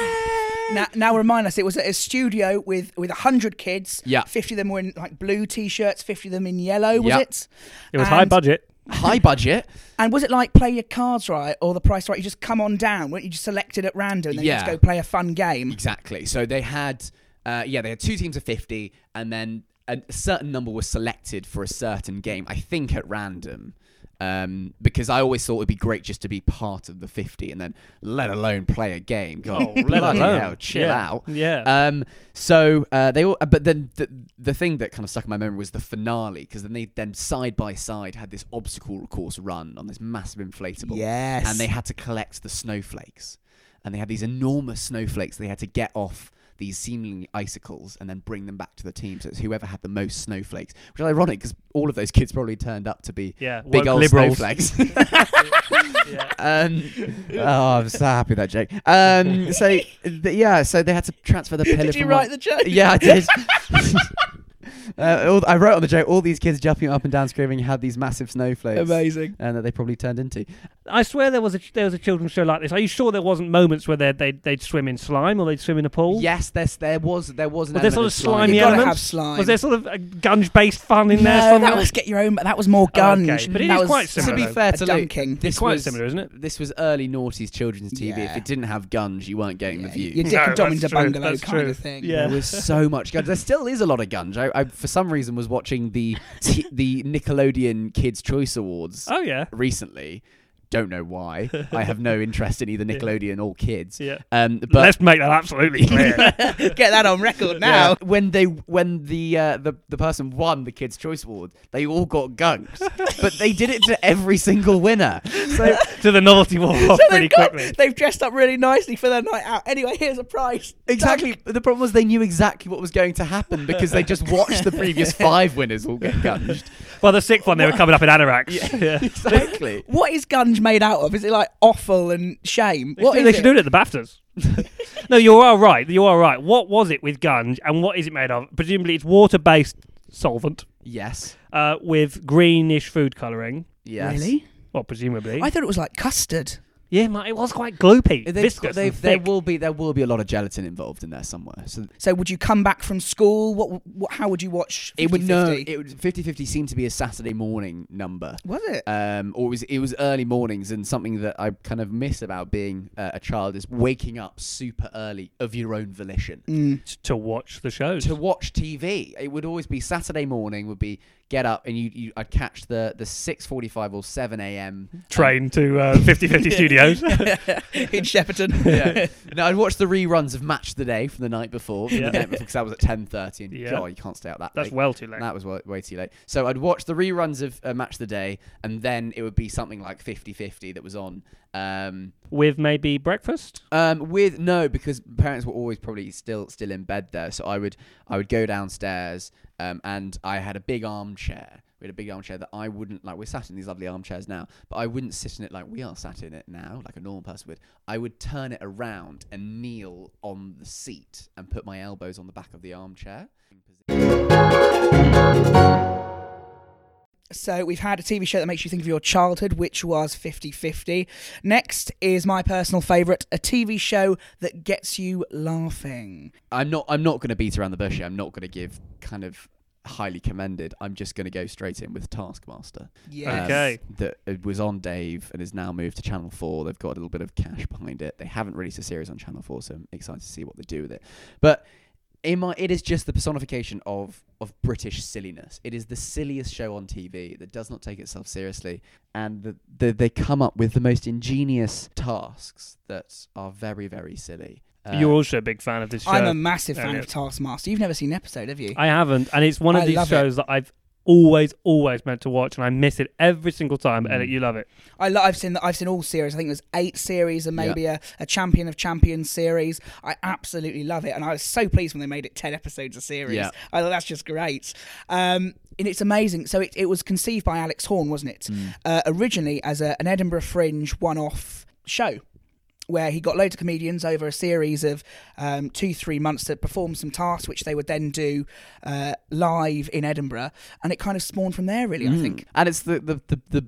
Now, now remind us, it was at a studio with with hundred kids. Yeah. fifty of them were in like blue t-shirts, fifty of them in yellow. Was Yeah. it? It was high And- (laughs) budget. (laughs) High budget. And was it like play your cards right or the price right? You just come on down, weren't you? Just selected at random, and then you just Yeah. go play a fun game. Exactly. So they had, uh, yeah, they had two teams of 50, and then a certain number was selected for a certain game, I think at random. Um, because I always thought it'd be great just to be part of the 50 and then let alone play a (laughs) game. God, bloody alone. hell, chill Yeah. out. Yeah. Um, so uh, they all, but then the, the thing that kind of stuck in my memory was the finale because then they then side by side had this obstacle course run on this massive inflatable. Yes. And they had to collect the snowflakes. And they had these enormous snowflakes they had to get off these seemingly icicles and then bring them back to the team. So it's whoever had the most snowflakes, which is ironic because all of those kids probably turned up to be Yeah, big woke old liberals. (laughs) snowflakes. (laughs) um, oh, I'm so happy with that joke. Um, so (laughs) th- yeah, so they had to transfer the pillar. Did you from one- write the joke? Yeah, I did. (laughs) Uh, all, I wrote on the joke all these kids jumping up and down screaming had these massive snowflakes (laughs) Amazing. and that they probably turned into. I swear there was a there was a children's show like this. Are you sure there wasn't moments where they'd they'd, they'd swim in slime or they'd swim in a pool? Yes, there's, there was there was an Was there sort element of slimy You The gotta elements? have slime. Was there sort of a gunge based fun in no, there somewhere? that was get your own. That was more Oh, okay. gunge. But it that is was quite to similar. be though. fair a to Luke, dunking. this quite was, similar, isn't it? This was early noughties children's TV. If Yeah. it didn't have guns, you weren't getting the view. Your dick and No, Dom into that's true, bungalow that's kind true. of thing. Yeah. There was so much guns. There still is a lot of guns. I, I for some reason was watching the t- the Nickelodeon Kids Choice Awards Oh yeah. recently. Don't know why. I have no interest in either (laughs) Nickelodeon or kids. Yeah. Um, but Let's make that (laughs) absolutely clear. Get that on record now. Uh, when they when the, uh, the the person won the Kids Choice Award, they all got gunked, but they did it to every single winner. (laughs) So to the novelty wore off So they've, pretty got- quickly. they've dressed up really nicely for their night out. Anyway, here's a prize. exactly, the problem was they knew exactly what was going to happen because they just watched the previous five winners all get gunked. Well, the sixth one they were coming up in anoraks. (laughs) Yeah. (laughs) Exactly. What is gunge made out of? Is it like offal and shame? What they is should it? do it at the Baftas. (laughs) no, you are right. You are right. What was it with gunge, and what is it made of? Presumably, it's water-based solvent Yes. uh, with greenish food coloring. Yes. Really? Well, presumably. I thought it was like custard. yeah, ma- it was quite gloopy, They've got- viscous, they've- and there thick. will be there will be a lot of gelatin involved in there somewhere. So So would you come back from school? What? what how would you watch? 50, it would no 50? it would 50-50 seemed to be a Saturday morning number. was it? um, or it was it was early mornings and something that I kind of miss about being uh, a child is waking up super early of your own volition Mm. to watch the shows. to watch TV. It would always be Saturday morning would be get up and you, you I'd catch the the six forty five or (laughs) seven a.m. (laughs) train to uh, 50-50 Studios. In Shepperton. yeah. No, I'd watch the reruns of Match of the Day from the night before Yeah. because that was at ten thirty and Yeah. God, you can't stay out that That's late. well too late. That was way, way too late. So I'd watch the reruns of uh, Match of the Day, and then it would be something like 50-50 that was on. Um, With maybe breakfast. Um, with no, because parents were always probably still still in bed there, so I would I would go downstairs, um, and I had a big armchair. We had a big armchair that I wouldn't like. We're sat in these lovely armchairs now, but I wouldn't sit in it like we are sat in it now, like a normal person would. I would turn it around and kneel on the seat and put my elbows on the back of the armchair. So we've had a TV show that makes you think of your childhood, which was 50-50. Next is my personal favourite, a TV show that gets you laughing. I'm not I'm not going to beat around the bush. here. I'm not going to give kind of highly commended. I'm just going to go straight in with Taskmaster. Yes. Okay. Um, that it was on Dave and is now moved to Channel 4. They've got a little bit of cash behind it. They haven't released a series on Channel 4, so I'm excited to see what they do with it. But in my, it is just the personification of, of British silliness. It is the silliest show on TV that does not take itself seriously. And the, the, they come up with the most ingenious tasks that are very, very silly. Uh, You're also a big fan of this show. I'm a massive fan Elliot. of Taskmaster. You've never seen an episode, have you? I haven't, and it's one of I these love shows that I've always, always meant to watch, and I miss it every single time. Mm. Elliot, you (laughs) love it. I lo- I've seen that. I've seen all series. I think there's eight series and Yeah. maybe a, a Champion of Champions series. I absolutely love it, and I was so pleased when they made it ten episodes a series. Yeah. I thought that's just great, um, and it's amazing. So it, it was conceived by Alex Horn, wasn't it? Mm. Uh, originally as a, an Edinburgh Fringe one-off show. Where he got loads of comedians over a series of um, two, three months to perform some tasks, which they would then do uh, live in Edinburgh. And it kind of spawned from there, really, I Mm. think. And it's the, the, the, the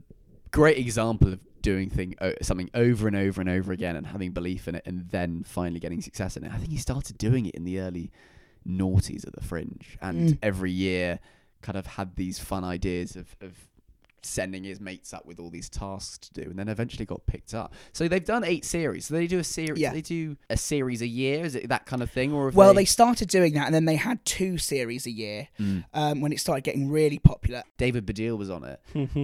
great example of doing thing o- something over and over and over again and having belief in it and then finally getting success in it. I think he started doing it in the early noughties at the fringe and Mm. every year kind of had these fun ideas of, of sending his mates up with all these tasks to do and then eventually got picked up. So they've done eight series. So they do a series Yeah. they do a series a year, is it that kind of thing or have Well, they, they started doing that, and then they had two series a year Mm. um, when it started getting really popular. (laughs) David Baddiel was on it.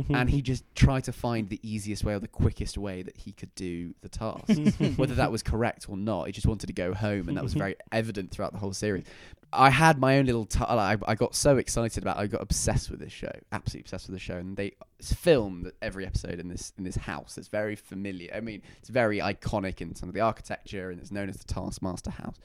and he just tried to find the easiest way or the quickest way that he could do the task. Whether that was correct or not, he just wanted to go home, and that was very evident throughout the whole series. I had my own little. T- I, I got so excited about. I got obsessed with this show, absolutely obsessed with the show, and they filmed every episode in this in this house. It's very familiar. I mean, it's very iconic in some of the architecture, and it's known as the Taskmaster House.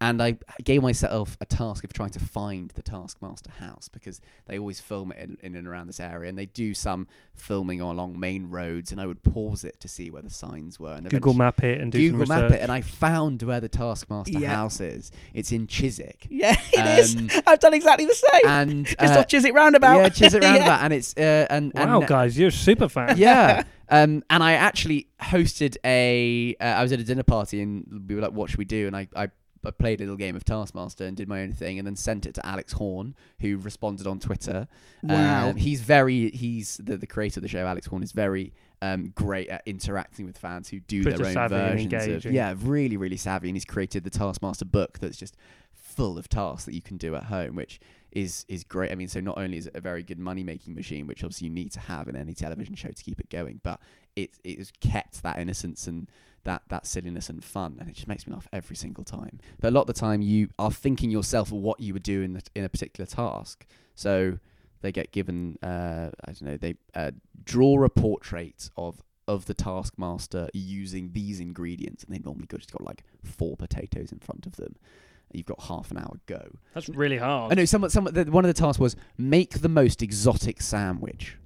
And I gave myself a task of trying to find the Taskmaster house because they always film it in, in and around this area, and they do some filming along main roads. And I would pause it to see where the signs were. And Google eventually- Map it and do Google some map research. it, and I found where the Taskmaster Yeah. house is. It's in Chiswick. Yeah, it is. Um, I've done exactly the same. And (laughs) it's uh, not Chiswick Roundabout. yeah, (laughs) Chiswick Yeah. Roundabout, and it's uh, and Wow, and, guys, you're a (laughs) super (laughs) fan. yeah. Um, and I actually hosted a. Uh, I was at a dinner party and we were like, "What should we do?" And I, I, I played a little game of Taskmaster and did my own thing, and then sent it to Alex Horn, who responded on Twitter. Wow. Um, he's very. He's the, the creator of the show. Alex Horn is very. Um, great at interacting with fans who do Twitter their own savvy and versions of engaging. yeah, really, really savvy, and he's created the Taskmaster book that's just full of tasks that you can do at home, which is is great. I mean, so not only is it a very good money making machine, which obviously you need to have in any television show to keep it going, but it it has kept that innocence and that that silliness and fun, and it just makes me laugh every single time. But a lot of the time, you are thinking yourself what you would do in the, in a particular task, so. They get given, uh, I don't know, they uh, draw a portrait of of the taskmaster using these ingredients, and they normally go just got like four potatoes in front of them. You've got half an hour go. That's really hard. I know someone. Someone. The, one of the tasks was make the most exotic sandwich,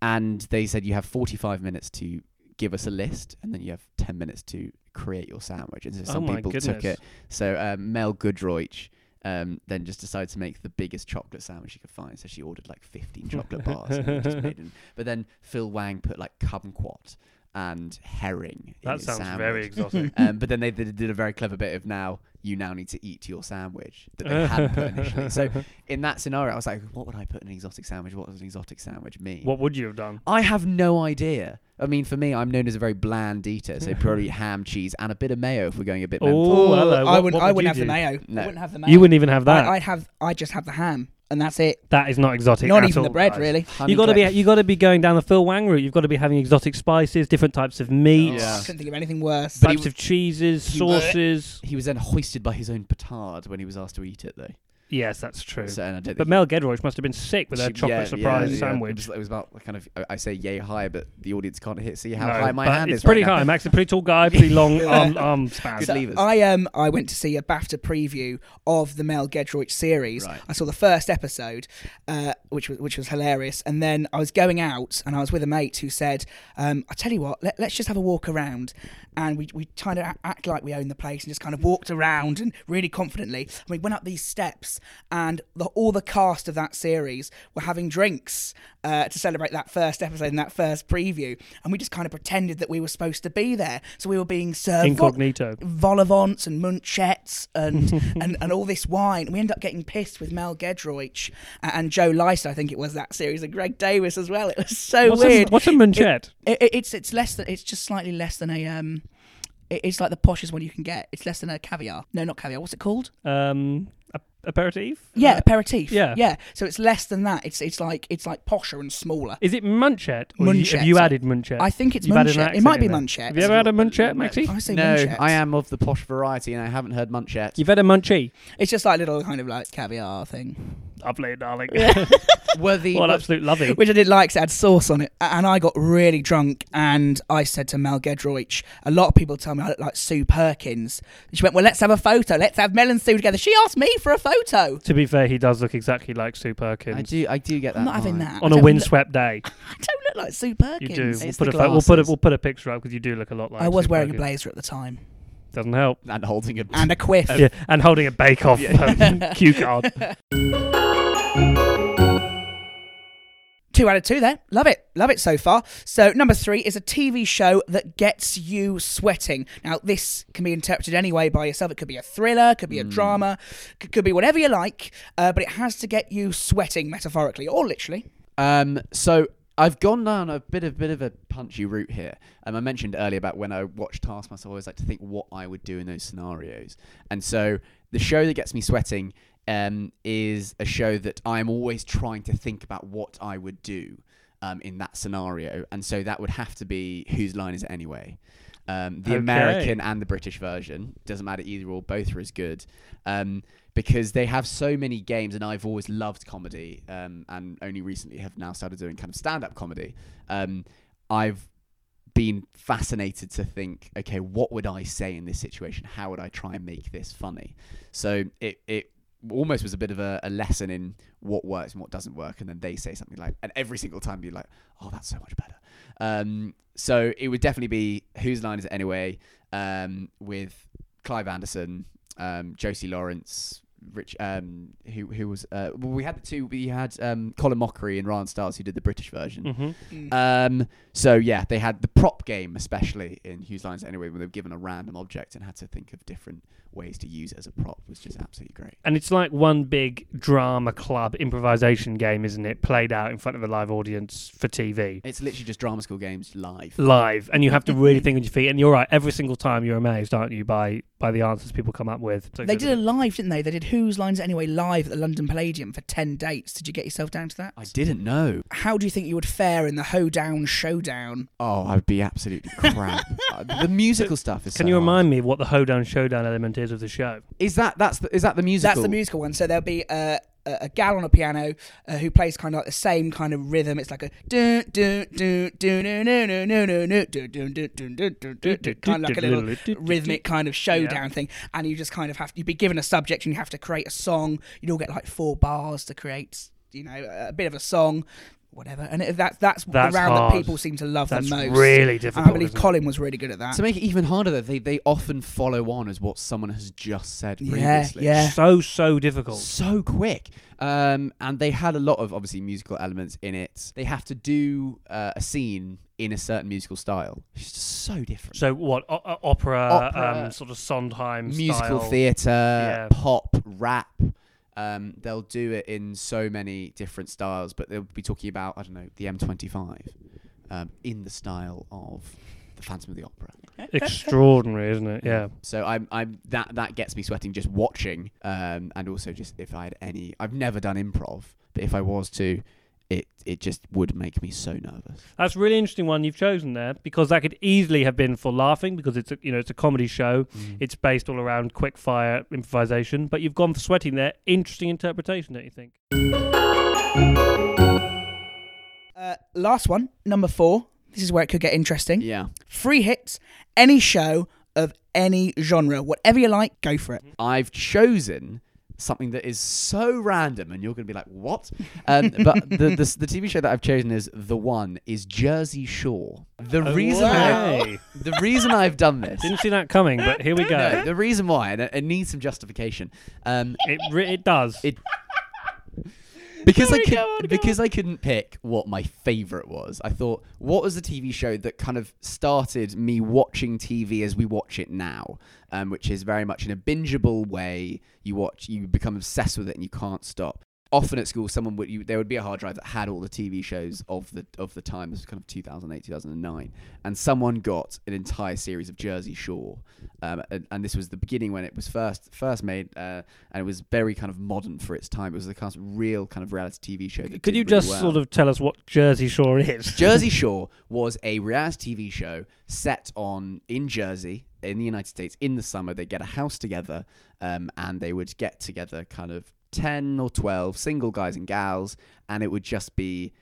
and they said you have forty-five minutes to give us a list, and then you have ten minutes to create your sandwich. And so Oh some my people goodness. took it. So um, Mel Goodroich. Um, then just decided to make the biggest chocolate sandwich she could find. So she ordered like 15 chocolate bars. and then (laughs) just made them. But then Phil Wang put like kumquat and herring. in That his sounds sandwich. very (laughs) exotic. (laughs) Um, but then they did, did a very clever bit of now you now need to eat your sandwich that they had put initially. So (laughs) in that scenario, I was like, what would I put in an exotic sandwich? What does an exotic sandwich mean? what would you have done? I have no idea. I mean, for me, I'm known as a very bland eater, so (laughs) probably ham, cheese, and a bit of mayo if we're going a bit. mental. Oh, Ooh, hello. I What- wouldn't. what I would wouldn't you have the do? mayo. No. I wouldn't have the mayo. You wouldn't even have that. I, I'd have. I just have the ham, and that's it. that is not exotic. Not at even the all, bread, guys. really. Honey You gotta be crisp. you gotta be going down the Phil Wang route. You've got to be having exotic spices, different types of meats, Yeah. I couldn't think of anything worse. But he types w- of cheeses, he- sauces. He was then hoisted by his own petard when he was asked to eat it, though. Yes, that's true. So, and I don't But think- Mel Gedroich must have been sick with her She- chocolate yeah, yeah, surprise yeah. It sandwich. was, it was about kind of I- I say yay high, but the audience can't hit. See how No, high my but hand it's is. pretty right now. high. Max, a pretty tall guy, (laughs) pretty long arm, arm span. Good So levers. I um I went to see a BAFTA preview of the Mel Gedroich series. Right. I saw the first episode, uh, which was which was hilarious. And then I was going out, and I was with a mate who said, um, "I tell you what, let, let's just have a walk around." And we we kind of act like we own the place and just kind of walked around and really confidently. And we went up these steps, and the, all the cast of that series were having drinks uh, to celebrate that first episode and that first preview. And we just kind of pretended that we were supposed to be there, so we were being served. vol- Incognito. Volavants and Munchettes (laughs) and, and, and all this wine. We end up getting pissed with Mel Gedroich and, and Joe Lyster, I think it was that series, and Greg Davis as well. It was so What's weird. a, what's a manchette? (laughs) It- it- it's it's less than it's just slightly less than a um. it- it's like the poshest one you can get. It's less than a caviar. No, not caviar. What's it called? Um, a aperitif? Yeah, Uh, aperitif. yeah. yeah. So it's less than that. It's it's like it's like posher and smaller. is it munchet? Or you- Have you Munchet. added munchet? I think it's You've added an munchet. It accent might in be there. munchet. Have you ever had a munchet, Maxi? I say no, munchet. I am of the posh variety, and I haven't heard munchet. You've had a munchie? It's just like a little kind of like caviar thing, Lovely, darling. (laughs) Were (laughs) the what an absolute lovey. which I did like. 'cause it had sauce on it, A- and I got really drunk. And I said to Mel Gedroich, a lot of people tell me I look like Sue Perkins. And she went, "Well, let's have a photo. Let's have Mel and Sue together." She asked me for a photo. To be fair, he does look exactly like Sue Perkins. I do, I do get that. I'm not having vibe. that On I a don't windswept day, Look, I don't look like Sue you Perkins. do. We'll It's put, the a pho- we'll, put a, glasses. we'll put a picture up because you do look a lot like. I was Sue wearing a Perkins. blazer at the time (laughs) Doesn't help. And holding a and a quiff. yeah, and holding a bake off (laughs) Yeah. cue card. Two out of two there. Love it. Love it so far. So, number three is a TV show that gets you sweating. Now, this can be interpreted anyway by yourself. It could be a thriller, could Hmm. be a drama, c- could be whatever you like, uh, but it has to get you sweating metaphorically or literally. (laughs) Um, so I've gone down a bit of bit of a punchy route here. Um, I mentioned earlier about when I watched Taskmaster, I always like to think what I would do in those scenarios. And so the show that gets me sweating um, is a show that I'm always trying to think about what I would do um, in that scenario. And so that would have to be Whose Line Is It Anyway? Um, the Okay. American and the British version doesn't matter either or both are as good um, because they have so many games and I've always loved comedy um, and only recently have now started doing kind of stand-up comedy um, I've been fascinated to think, okay, what would I say in this situation? How would I try and make this funny? So it it almost was a bit of a, a lesson in what works and what doesn't work, and then they say something like, and every single time you're like, oh, that's so much better. Um, so it would definitely be whose line is it anyway? Um, with Clive Anderson, um, Josie Lawrence. Rich, um, who who was uh, well, we had the two. We had um, Colin Mockery and Ryan Stiles who did the British version. Mhm. Uh, Um, so yeah, they had the prop game, especially in Hughes Lines. Anyway, when they were given a random object and had to think of different ways to use it as a prop, was just absolutely great. And it's like one big drama club improvisation game, isn't it? Played out in front of a live audience for TV. It's literally just drama school games live. Live, and you have to really think on your feet. And you're right; every single time you're amazed, aren't you, by by the answers people come up with. So They good. did a live, didn't they? They did Whose Lines Anyway live at the London Palladium for 10 dates. Did you get yourself down to that? I didn't know. How do you think you would fare in the hoedown showdown? Oh, I'd be absolutely crap. Uh, the musical stuff is. Can so you hard. remind me of what the hoedown showdown element is of the show? Is that that's the, is that the musical? That's the musical one. So there'll be a, a, a gal on a piano uh, who plays kind of like the same kind of rhythm. It's like a do do do do do do do do do do do do do do do do do do kind of like a little rhythmic kind of showdown thing. And you just kind of have you'd be given a subject and you have to create a song. You'd all get like four bars to create, you know, a- a bit of a song, whatever. And it- that's that's the That's round that hard. people seem to love the That's most. really And difficult. I believe isn't it? Colin was really good at that. To make it even harder, though, they they often follow on as what someone has just said Yeah, previously. yeah. so so difficult. so quick. Um, and they had a lot of obviously musical elements in it. They have to do uh, a scene in a certain musical style. It's just so different. So what? O- o- opera, Opera, um, sort of Sondheim musical style. theatre, Yeah. pop, rap. Um, they'll do it in so many different styles, but they'll be talking about I don't know the M25 um, in the style of the Phantom of the Opera. Extraordinary, isn't it? Yeah. So I'm I'm that that gets me sweating just watching. Um, and also just if I had any, I've never done improv, but if I was to, it it just would make me so nervous. That's a really interesting one you've chosen there because that could easily have been for laughing because it's a, you know it's a comedy show. It's based all around quick fire improvisation, but you've gone for sweating there. Interesting interpretation, don't you think? Uh, last one, number four. This is where it could get interesting. Yeah, free hits, any show of any genre, whatever you like, go for it. I've chosen something that is so random, and you're going to be like, what? Um, but the, the the TV show that I've chosen is the one is Jersey Shore. The reason I, Hey. the reason I've done this. Oh, didn't see that coming, but here we (laughs) No, go. the reason why, and it, it needs some justification. Um, It re- it does. It- because I Sorry, could, go on, go because I couldn't pick what my favorite was. I thought, what was the TV show that kind of started me watching TV as we watch it now, um, which is very much in a bingeable way. You watch, you become obsessed with it, and you can't stop. often at school someone would you, there would be a hard drive that had all the TV shows of the of the time it was kind of 2008 2009 and someone got an entire series of Jersey Shore um, and, and this was the beginning when it was first first made uh, and it was very kind of modern for its time it was the kind of real kind of reality TV show that Could did you really just well. sort of tell us what Jersey Shore is? Jersey Shore was a reality TV show set on in Jersey in the United States in the summer. They get a house together um, and they would get together kind of 10 or 12 single guys and gals, and it would just be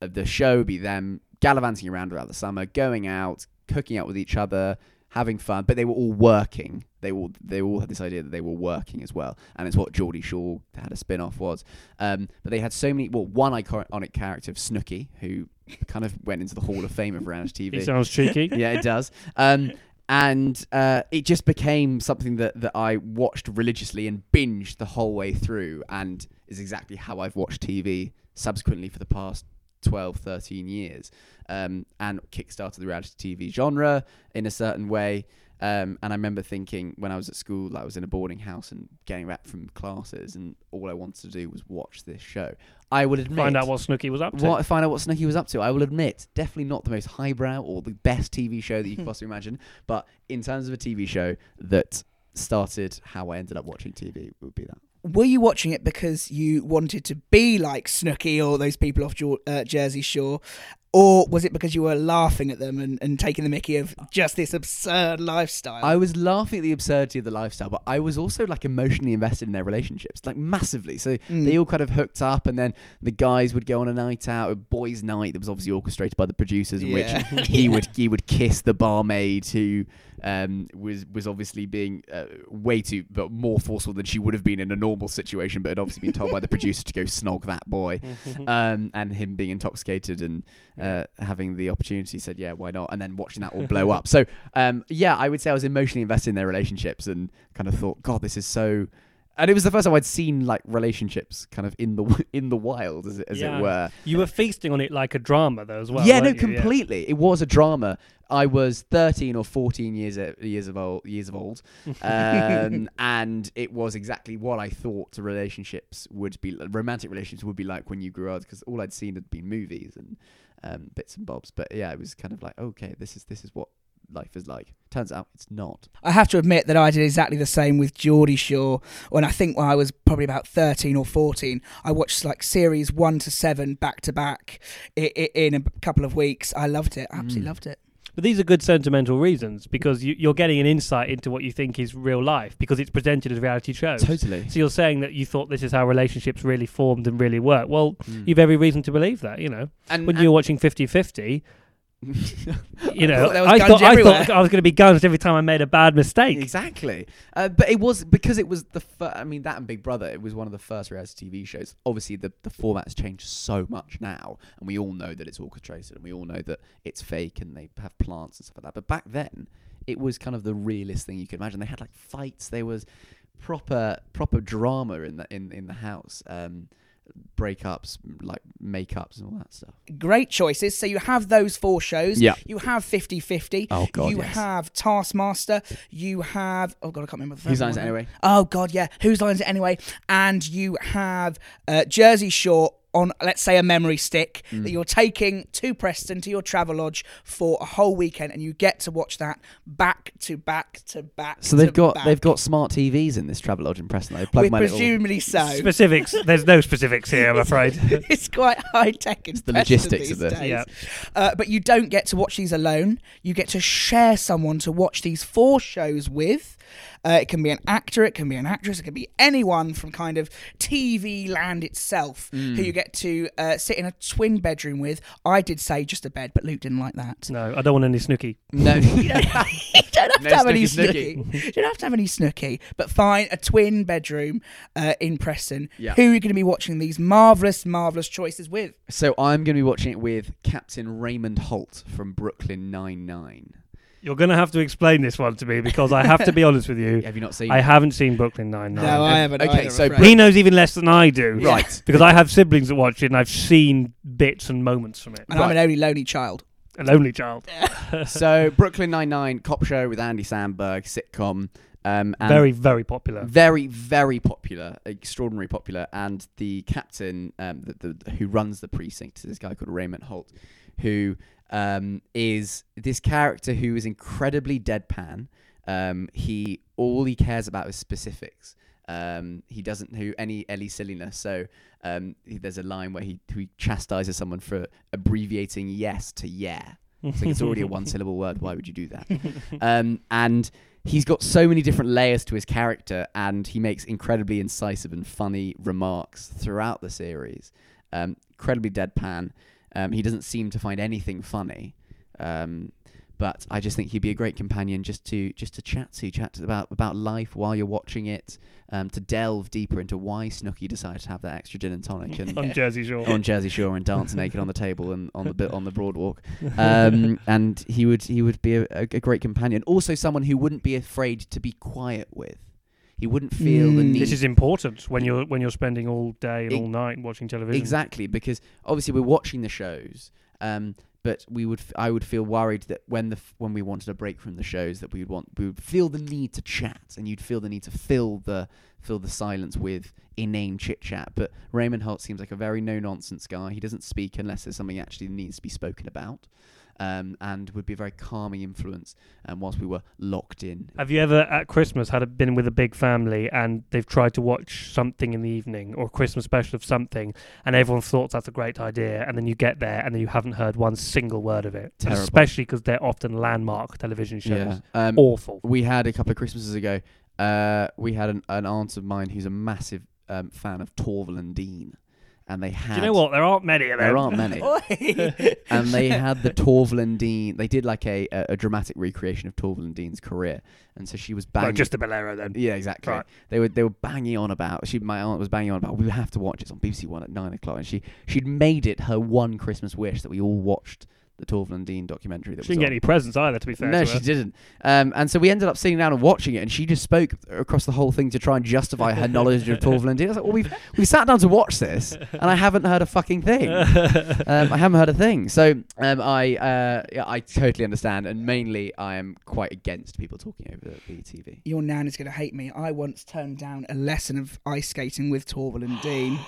uh, the show would be them gallivanting around throughout the summer, going out, cooking out with each other, having fun, but they were all working. They all they all had this idea that they were working as well, and it's what Geordie Shaw had a spin off was. Um, but they had so many. Well, one iconic character of Snooky, who kind of went into the Hall of Fame of reality He TV sounds (laughs) cheeky. yeah, it does. Um, and uh, it just became something that, that I watched religiously and binged the whole way through, and is exactly how I've watched TV subsequently for the past 12, 13 years. Um, and kickstarted the reality TV genre in a certain way. Um, and I remember thinking when I was at school, I was in a boarding house and getting back from classes, and all I wanted to do was watch this show. I would admit Find out what Snooky was up to. what, find out what Snooki was up to. I will admit, definitely not the most highbrow or the best TV show (laughs) that you could possibly imagine, but in terms of a TV show that started how I ended up watching TV would be that. Were you watching it because you wanted to be like Snooky or those people off Jer- uh, Jersey Shore? Or was it because you were laughing at them and, and taking the mickey of just this absurd lifestyle? I was laughing at the absurdity of the lifestyle, but I was also like emotionally invested in their relationships, like massively. So Hmm. Mm. they all kind of hooked up, and then the guys would go on a night out, a boys' night that was obviously orchestrated by the producers, (laughs) in Yeah. which he would he would kiss the barmaid who um, was was obviously being uh, way too but more forceful than she would have been in a normal situation, but had obviously been told by the producer to go snog that boy, um, and him being intoxicated and uh, having the opportunity said, yeah, why not? And then watching that all blow up. So um, yeah, I would say I was emotionally invested in their relationships and kind of thought, God, this is so. And it was the first time I'd seen like relationships kind of in the (laughs) in the wild, as it, as Yeah. it were. (laughs) You were feasting on it like a drama, though, as well. yeah, no, weren't you? completely. It was a drama. I was 13 or 14 years o- years of old, years of old, (laughs) um, and it was exactly what I thought relationships would be, romantic relationships would be like when you grew up, because all I'd seen had been movies and um, bits and bobs. But yeah, it was kind of like, okay, this is this is what life is like. Turns out it's not. I have to admit that I did exactly the same with Geordie Shore when I think when I was probably about 13 or 14. I watched like series 1 to 7 back to back i- i- in a couple of weeks. I loved it. I absolutely Mm. loved it. But these are good sentimental reasons because you, you're getting an insight into what you think is real life because it's presented as reality shows. Totally. So you're saying that you thought this is how relationships really formed and really work. Well, Mm. you've every reason to believe that, you know. Mm, and, When you were watching (laughs) 50 50, you know, thought there was I guns thought, I, everywhere. thought I was going to be guns every time I made a bad mistake. Exactly. Uh, but it was because it was the fir- I mean that and Big Brother it was one of the first reality TV shows. Obviously the the format's changed so much now and we all know that it's orchestrated and we all know that it's fake and they have plants and stuff like that. But back then it was kind of the realest thing you could imagine. They had like fights, there was proper proper drama in the in in the house. Um breakups, like makeups and all that stuff. Great choices. So you have those four shows. Yeah. You have 50 50. Oh, God, You yes. have Taskmaster. You have. Oh, God, I can't remember the third Who's lines one. anyway? Oh God, yeah. Whose lines it anyway? And you have uh, Jersey Shore on, let's say, a memory stick Hmm. that you're taking to Preston to your travel lodge for a whole weekend, and you get to watch that back to back to back. So they've to got back. they've got smart TVs in this Travelodge in Preston. They plug With my little presumably so. Specifics, there's no specifics here, I'm afraid. (laughs) it's quite high tech. It's the logistics of this. Days. (laughs) Yeah. Uh, but you don't get to watch these alone. You get to share someone to watch these four shows with. Uh, it can be an actor, it can be an actress, it can be anyone from kind of TV land itself Hmm. who you get to uh, sit in a twin bedroom with. I did say just a bed, but Luke didn't like that. (laughs) no, I don't want any snooky. (laughs) No. you don't have No to have any snooky, snooky. you don't have to have any snooky, but fine, a twin bedroom uh, in Preston. Yeah. Who are you going to be watching these marvelous, marvelous choices with? So I'm going to be watching it with Captain Raymond Holt from Brooklyn Nine Nine. You're going to have to explain this one to me because I have to be honest (laughs) with you. Have you not seen? I it? haven't seen Brooklyn Nine-Nine. No, I haven't. Okay, either, I'm so afraid. He knows even less than I do. Right. Because I have siblings that watch it and I've seen bits and moments from it. and I'm an only lonely (laughs) child. An only child. so Brooklyn Nine Nine cop show with Andy Sandberg sitcom. Um, and very, very popular. very, very popular, extraordinary popular. And the captain, um, the, the, who runs the precinct, is this guy called Raymond Holt, who um, is this character who is incredibly deadpan. Um, he all he cares about is specifics. Um, he doesn't do any Ellie silliness. So um, he- there's a line where he, he chastises someone for abbreviating yes to yeah. It's like it's already a one syllable word. Why would you do that? Um, and he's got so many different layers to his character, and he makes incredibly incisive and funny remarks throughout the series. Um, incredibly deadpan. Um, he doesn't seem to find anything funny. Um, but I just think he'd be a great companion just to just to chat to, chat to about about life while you're watching it, um, to delve deeper into why Snooky decided to have that extra gin and (laughs) tonic and on Jersey Shore. on Jersey Shore and dance naked on the table and on the bit on (laughs) the boardwalk. Um, and he would he would be a, a, a great companion. Also, someone who wouldn't be afraid to be quiet with. He wouldn't feel the Mm. need. this is important when you're when you're spending all day and E- all night watching television. exactly because obviously we're watching the shows. Um, but we would, f- I would feel worried that when the f- when we wanted a break from the shows, that we would want, we would feel the need to chat, and you'd feel the need to fill the fill the silence with inane chit chat. But Raymond Holt seems like a very no nonsense guy. He doesn't speak unless there's something actually that needs to be spoken about, um, and would be a very calming influence. um, whilst we were locked in, Have you ever at Christmas had a, been with a big family and they've tried to watch something in the evening or a Christmas special of something and everyone thought that's a great idea and then you get there and then you haven't heard one single word of it, Terrible. especially because they're often landmark television shows. Um, Awful. we had a couple of Christmases ago. Uh, we had an, an aunt of mine who's a massive um, fan of Torval and Dean, and they had. Do you know what? Oh, There aren't many of them. There (laughs) aren't many, Oi. (laughs) and they had the Torval and Dean. They did like a, a, a dramatic recreation of Torval and Dean's career, and so she was Well, banging. just the Bolero then. yeah, exactly. Right. They were they were banging on about. She, my aunt, was banging on about. We have to watch it It's on BBC One at nine o'clock, and she she'd made it her one Christmas wish that we all watched the Torval and Dean documentary. That She was didn't on. get any presents either, to be fair. No, to she her. didn't. Um, and so we ended up sitting down and watching it, and she just spoke across the whole thing to try and (laughs) justify her knowledge of Torval and Dean. I was like, well, we've we sat down to watch this, and I haven't heard a fucking thing. Um, I haven't heard a thing. So um, I uh, yeah, I totally understand, and mainly I am quite against people talking over the TV. Your nan is going to hate me. I once turned down a lesson of ice skating with Torval and (sighs) Dean.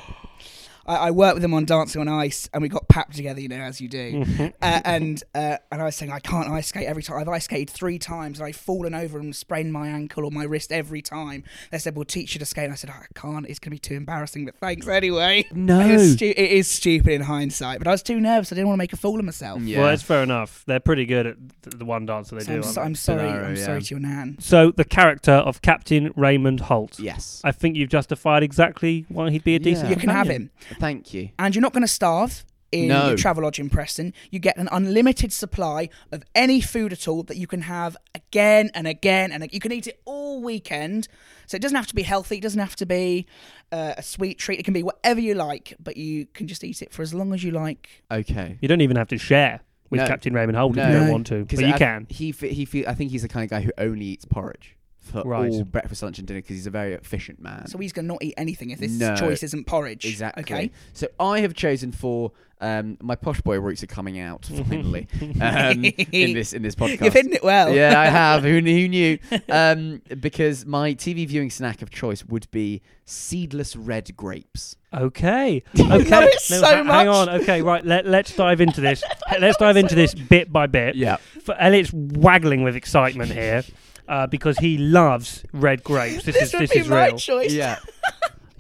I, I worked with them on Dancing on Ice, and we got papped together, you know, as you Mm. do. Mm-hmm. uh, and uh, and I was saying I can't ice skate every time. I've ice skated three times, and I've fallen over and sprained my ankle or my wrist every time. They said we'll teach you to skate. And I said "Oh, I can't. It's going to be too embarrassing. But thanks anyway. No. (laughs) It is, stu- it is stupid in hindsight, but I was too nervous. I didn't want to make a fool of myself. (laughs) Yeah. Well, it's fair enough. They're pretty good at th- the one dance that they So do. I'm, aren't so, they? I'm sorry. Scenario, I'm sorry yeah. to your nan. So the character of Captain Raymond Holt. Yes. I think you've justified exactly why he'd be a decent. Yeah. You can have companion. him. Thank you. and you're not going to starve in No. your travel lodge in Preston. You get an unlimited supply of any food at all that you can have again and again and you can eat it all weekend. So it doesn't have to be healthy. It doesn't have to be uh, a sweet treat. It can be whatever you like, but you can just eat it for as long as you like. Okay. You don't even have to share with No. Captain Raymond Holt if No. you don't No. want to, 'Cause but you I- can. He fe- he feel, I think he's the kind of guy who only eats porridge for Right. all breakfast, lunch, and dinner because he's a very efficient man. So he's going to not eat anything if this Uh, No. choice isn't porridge. Exactly. Okay. So I have chosen for um, my posh boy roots are (laughs) coming out finally um, in this in this podcast. You've hidden it well. (laughs) yeah, I have. Who, kn- who knew? Um, because my TV viewing snack of choice would be seedless red grapes. (laughs) Okay. Okay. love it so ha- Hang much. on. Okay. Right. Let Let's dive into (laughs) this. let's dive into this bit by bit. Yeah. For, Elliot's waggling with excitement here. Uh, because he loves red grapes. This, This, is would this be is my real. choice. (laughs) Yeah.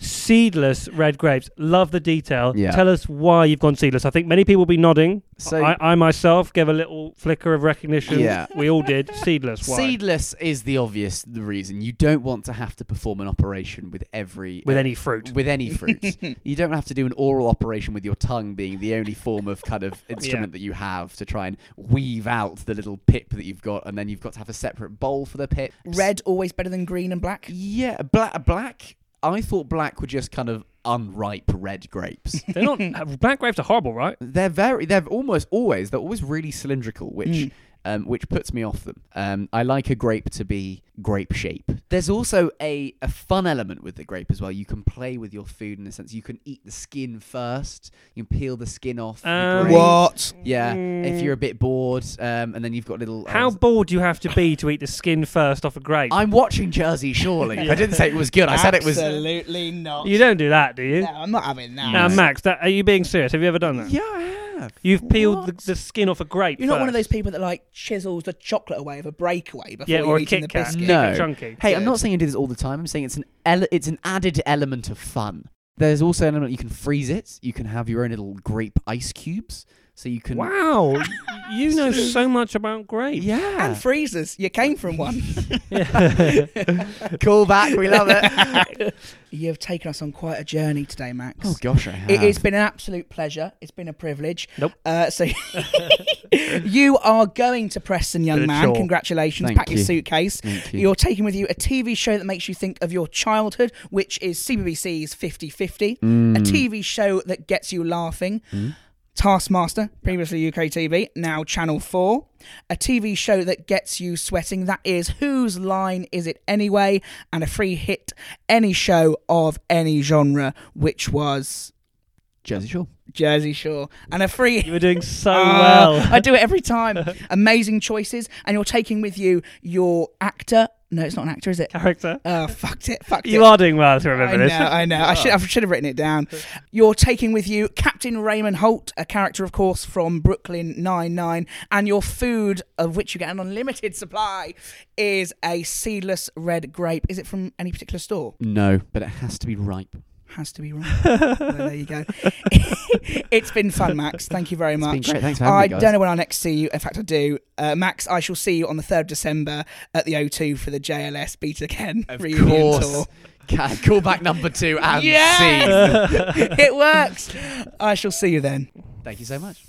Seedless red grapes. Love the detail. Yeah. Tell us why you've gone seedless. I think many people will be nodding. So- I, I myself gave a little flicker of recognition. Yeah. We all (laughs) did. Seedless. Why? Seedless is the obvious the reason. You don't want to have to perform an operation with every with any fruit. with any fruit. you don't have to do an oral operation with your tongue being the only form of kind of instrument that you have to try and weave out the little pip that you've got, and then you've got to have a separate bowl for the pip. Red always better than green and black. Yeah, black. Black. I thought black were just kind of unripe red grapes. (laughs) They're not. Black grapes are horrible, right? Mm. they're very. They're almost always. They're always really cylindrical, which um, which puts me off them. Um, I like a grape to be grape shape. There's also a, a fun element with the grape as well. You can play with your food in a sense. You can eat the skin first. You can peel the skin off. the Um, grape. What? Yeah, if Mm. you're a bit bored, um, and then you've got little. How bored do you have to be to eat the skin first off a grape? I'm watching Jersey, surely. I didn't say it was good. I said it was. Absolutely not. you don't do that, do you? No, I'm not having that. Now, Max, that, are you being serious? Have you ever done that? Yeah, I have. You've peeled the, What? the skin off a grape. You're not one of first. those people that like chisels the chocolate away of a breakaway before Yeah, you're or a eating Kit the Kat. biscuit. No. Chunky. Hey, I'm Good. not saying you do this all the time. I'm saying it's an ele- it's an added element of fun. There's also an element you can freeze it. You can have your own little grape ice cubes, so you can. (laughs) Wow, you know so much about grapes. Yeah. And freezers. You came from (laughs) one. Call back. We love (laughs) it. you have taken us on quite a journey today, Max. oh gosh, I have. It has been an absolute pleasure. It's been a privilege. Nope. Uh, (laughs) so (laughs) you are going to Preston, young Bit of man. chore. Congratulations. Thank Pack your you. suitcase. Thank you. You're taking with you a TV show that makes you think of your childhood, which is CBBC's 50 50, a TV show that gets you laughing. Taskmaster, previously UK TV, now Channel 4. A TV show that gets you sweating, that is Whose Line Is It Anyway? And a free hit, any show of any genre, which was Jersey Shore. Jersey Shore. And a free You were doing so Ah, (laughs) well. I do it every time. Amazing choices, and you're taking with you your actor. No, it's not an actor, is it? Character. Uh, fucked it. Fucked You it. are doing well to remember I know, this. (laughs) I know. I should, I should have written it down. You're taking with you Captain Raymond Holt, a character, of course, from Brooklyn Nine-Nine, and your food, of which you get an unlimited supply, is a seedless red grape. Is it from any particular store? No, but it has to be ripe. Has to be (laughs) right. (laughs) well, there you go. it's been fun, Max. Thank you very It's much. been great. Thanks for having I me, guys. don't know when I'll next see you. In fact, I do. Uh, Max, I shall see you on the 3rd December at the O2 for the JLS Beta Ken reunion tour. (laughs) Ca- Call back number two and scene. Yes! (laughs) it works. I shall see you then. Thank you so much.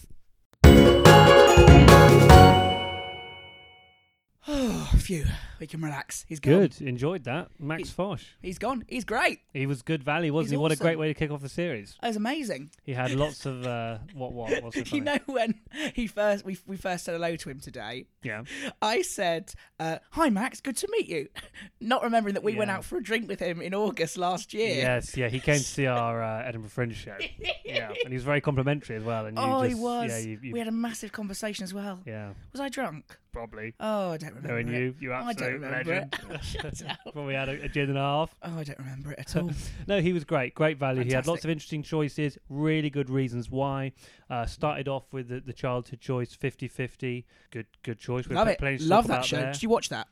Oh, (sighs) phew. We can relax. He's gone. Good. Enjoyed that. Max Fosh. He's gone. He's great. He was good value, He's wasn't he? What a awesome. great way to kick off the series. That was amazing. (laughs) He had lots of uh, what what what's so funny? You know when he first we, we first said hello to him today, Yeah. I said, uh, "Hi Max, good to meet you," (laughs) not remembering that we went Yeah. out for a drink with him in August last year. Yes, yeah, he came (laughs) to see our uh, Edinburgh Fringe show. Yeah, and he was very complimentary as well. And you Oh, just, he was. Yeah, you, you, We had a massive conversation as well. yeah, Was I drunk? probably. Oh, I don't remember. Knowing it. you, you I don't absolute remember legend. it. (laughs) Shut up. Probably had a, a gin and a half. Oh, I don't remember it (laughs) at all. No, he was great. Great value. He had lots Fantastic. of interesting choices, really good reasons why. Uh, started off with the, the childhood choice 50 50. Good good choice. We've Love got it. plenty to Love talk that about show. there. Did you watch that?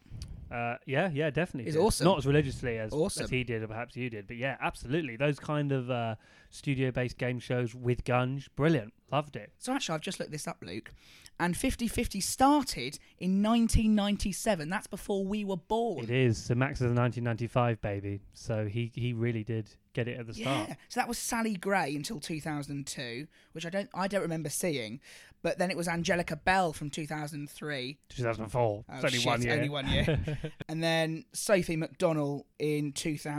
Uh, yeah, yeah, definitely. It's did. awesome. Not as religiously as, Awesome. as he did, or perhaps you did, but yeah, absolutely. Those kind of uh, studio based game shows with Gunge, brilliant. Loved it. So actually, I've just looked this up, Luke. And 50-50 started in 1997. That's before we were born. It is. So Max is a 1995 baby, so he, he really did get it at the start. Yeah. So that was Sally Gray until 2002, which I don't I don't remember seeing. But then it was Angelica Bell from 2003. 2004. Oh, it's only shit, one year. Only one year. (laughs) and then Sophie McDonnell in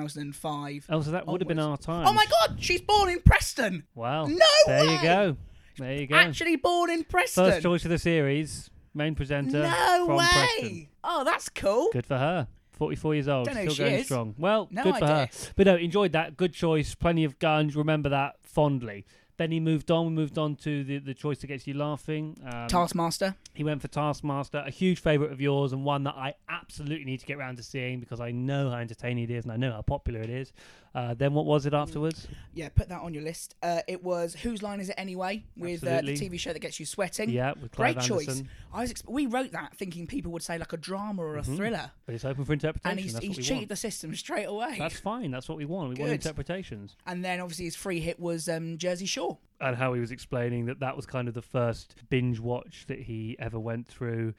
2005. Oh, so that would have been our Onwards. time. Oh my God, she's born in Preston. Wow. No Oh, There way! you go. There you go. Actually born in Preston. First choice of the series, main presenter no from way. Preston. Oh, that's cool. Good for her. 44 years old, Don't know who still she going is. strong. Well, No good for idea. her. But no, enjoyed that. Good choice. Plenty of guns. Remember that fondly. Then he moved on. We moved on to the, the choice that gets you laughing. Um, Taskmaster. he went for Taskmaster, a huge favourite of yours, and one that I absolutely need to get round to seeing because I know how entertaining it is and I know how popular it is. Uh, then what was it afterwards? Yeah, put that on your list. Uh, it was Whose Line Is It Anyway? With uh, the Absolutely. TV show that gets you sweating. Yeah, with Clive Mm. Great choice. Anderson. I was exp- we wrote that thinking people would say like a drama or a thriller, But it's open for interpretation. and he's, Mm-hmm. That's he's what we cheated want. the system straight away. That's fine. That's what we want. We want Good. interpretations. and then obviously his free hit was um, Jersey Shore. and how he was explaining that that was kind of the first binge watch that he ever went through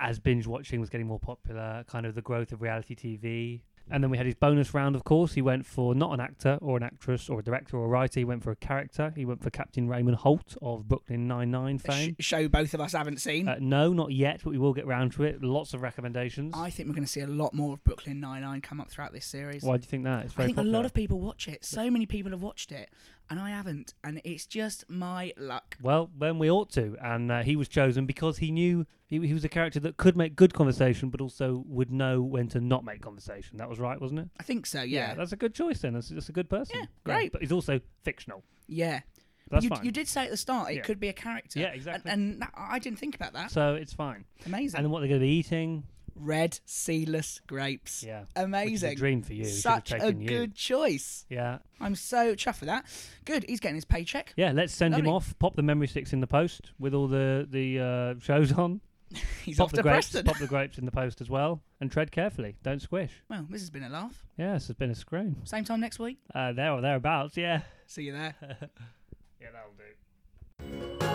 as binge watching was getting more popular, kind of the growth of reality TV. And then we had his bonus round, of course. He went for not an actor or an actress or a director or a writer. He went for a character. He went for Captain Raymond Holt of Brooklyn Nine-Nine A sh- fame. show both of us haven't seen. Uh, no, not yet, but we will get round to it. Lots of recommendations. I think we're going to see a lot more of Brooklyn Nine Nine come up throughout this series. Why do you think that? It's I very think a popular. lot of people watch it. So many people have watched it. and I haven't, and it's just my luck. Well, then we ought to. And uh, he was chosen because he knew he, he was a character that could make good conversation, but also would know when to not make conversation. That was right, wasn't it? I think so. Yeah, yeah. that's a good choice then. That's, that's a good person. Yeah, great. but he's also fictional. But That's You, fine. you did say at the start it Yeah. could be a character. Yeah, exactly. And, and that, I didn't think about that. so it's fine. Amazing. And then what they're going to be eating? Red seedless grapes. Yeah. Which is a Amazing. dream for you. He should have Such a taken you. good choice. Yeah. I'm so chuffed with that. Good. He's getting his (laughs) paycheck. Yeah, let's send him Lovely. off. Pop the memory sticks in the post with all the the uh, shows on. He's pop off the to grapes. Preston. Pop the grapes in the post as well, and tread carefully. Don't squish. Well, this has been a laugh. Yeah, this has been a scream. Same time next week. Uh, there or thereabouts. Yeah. See you there. Yeah, that'll do.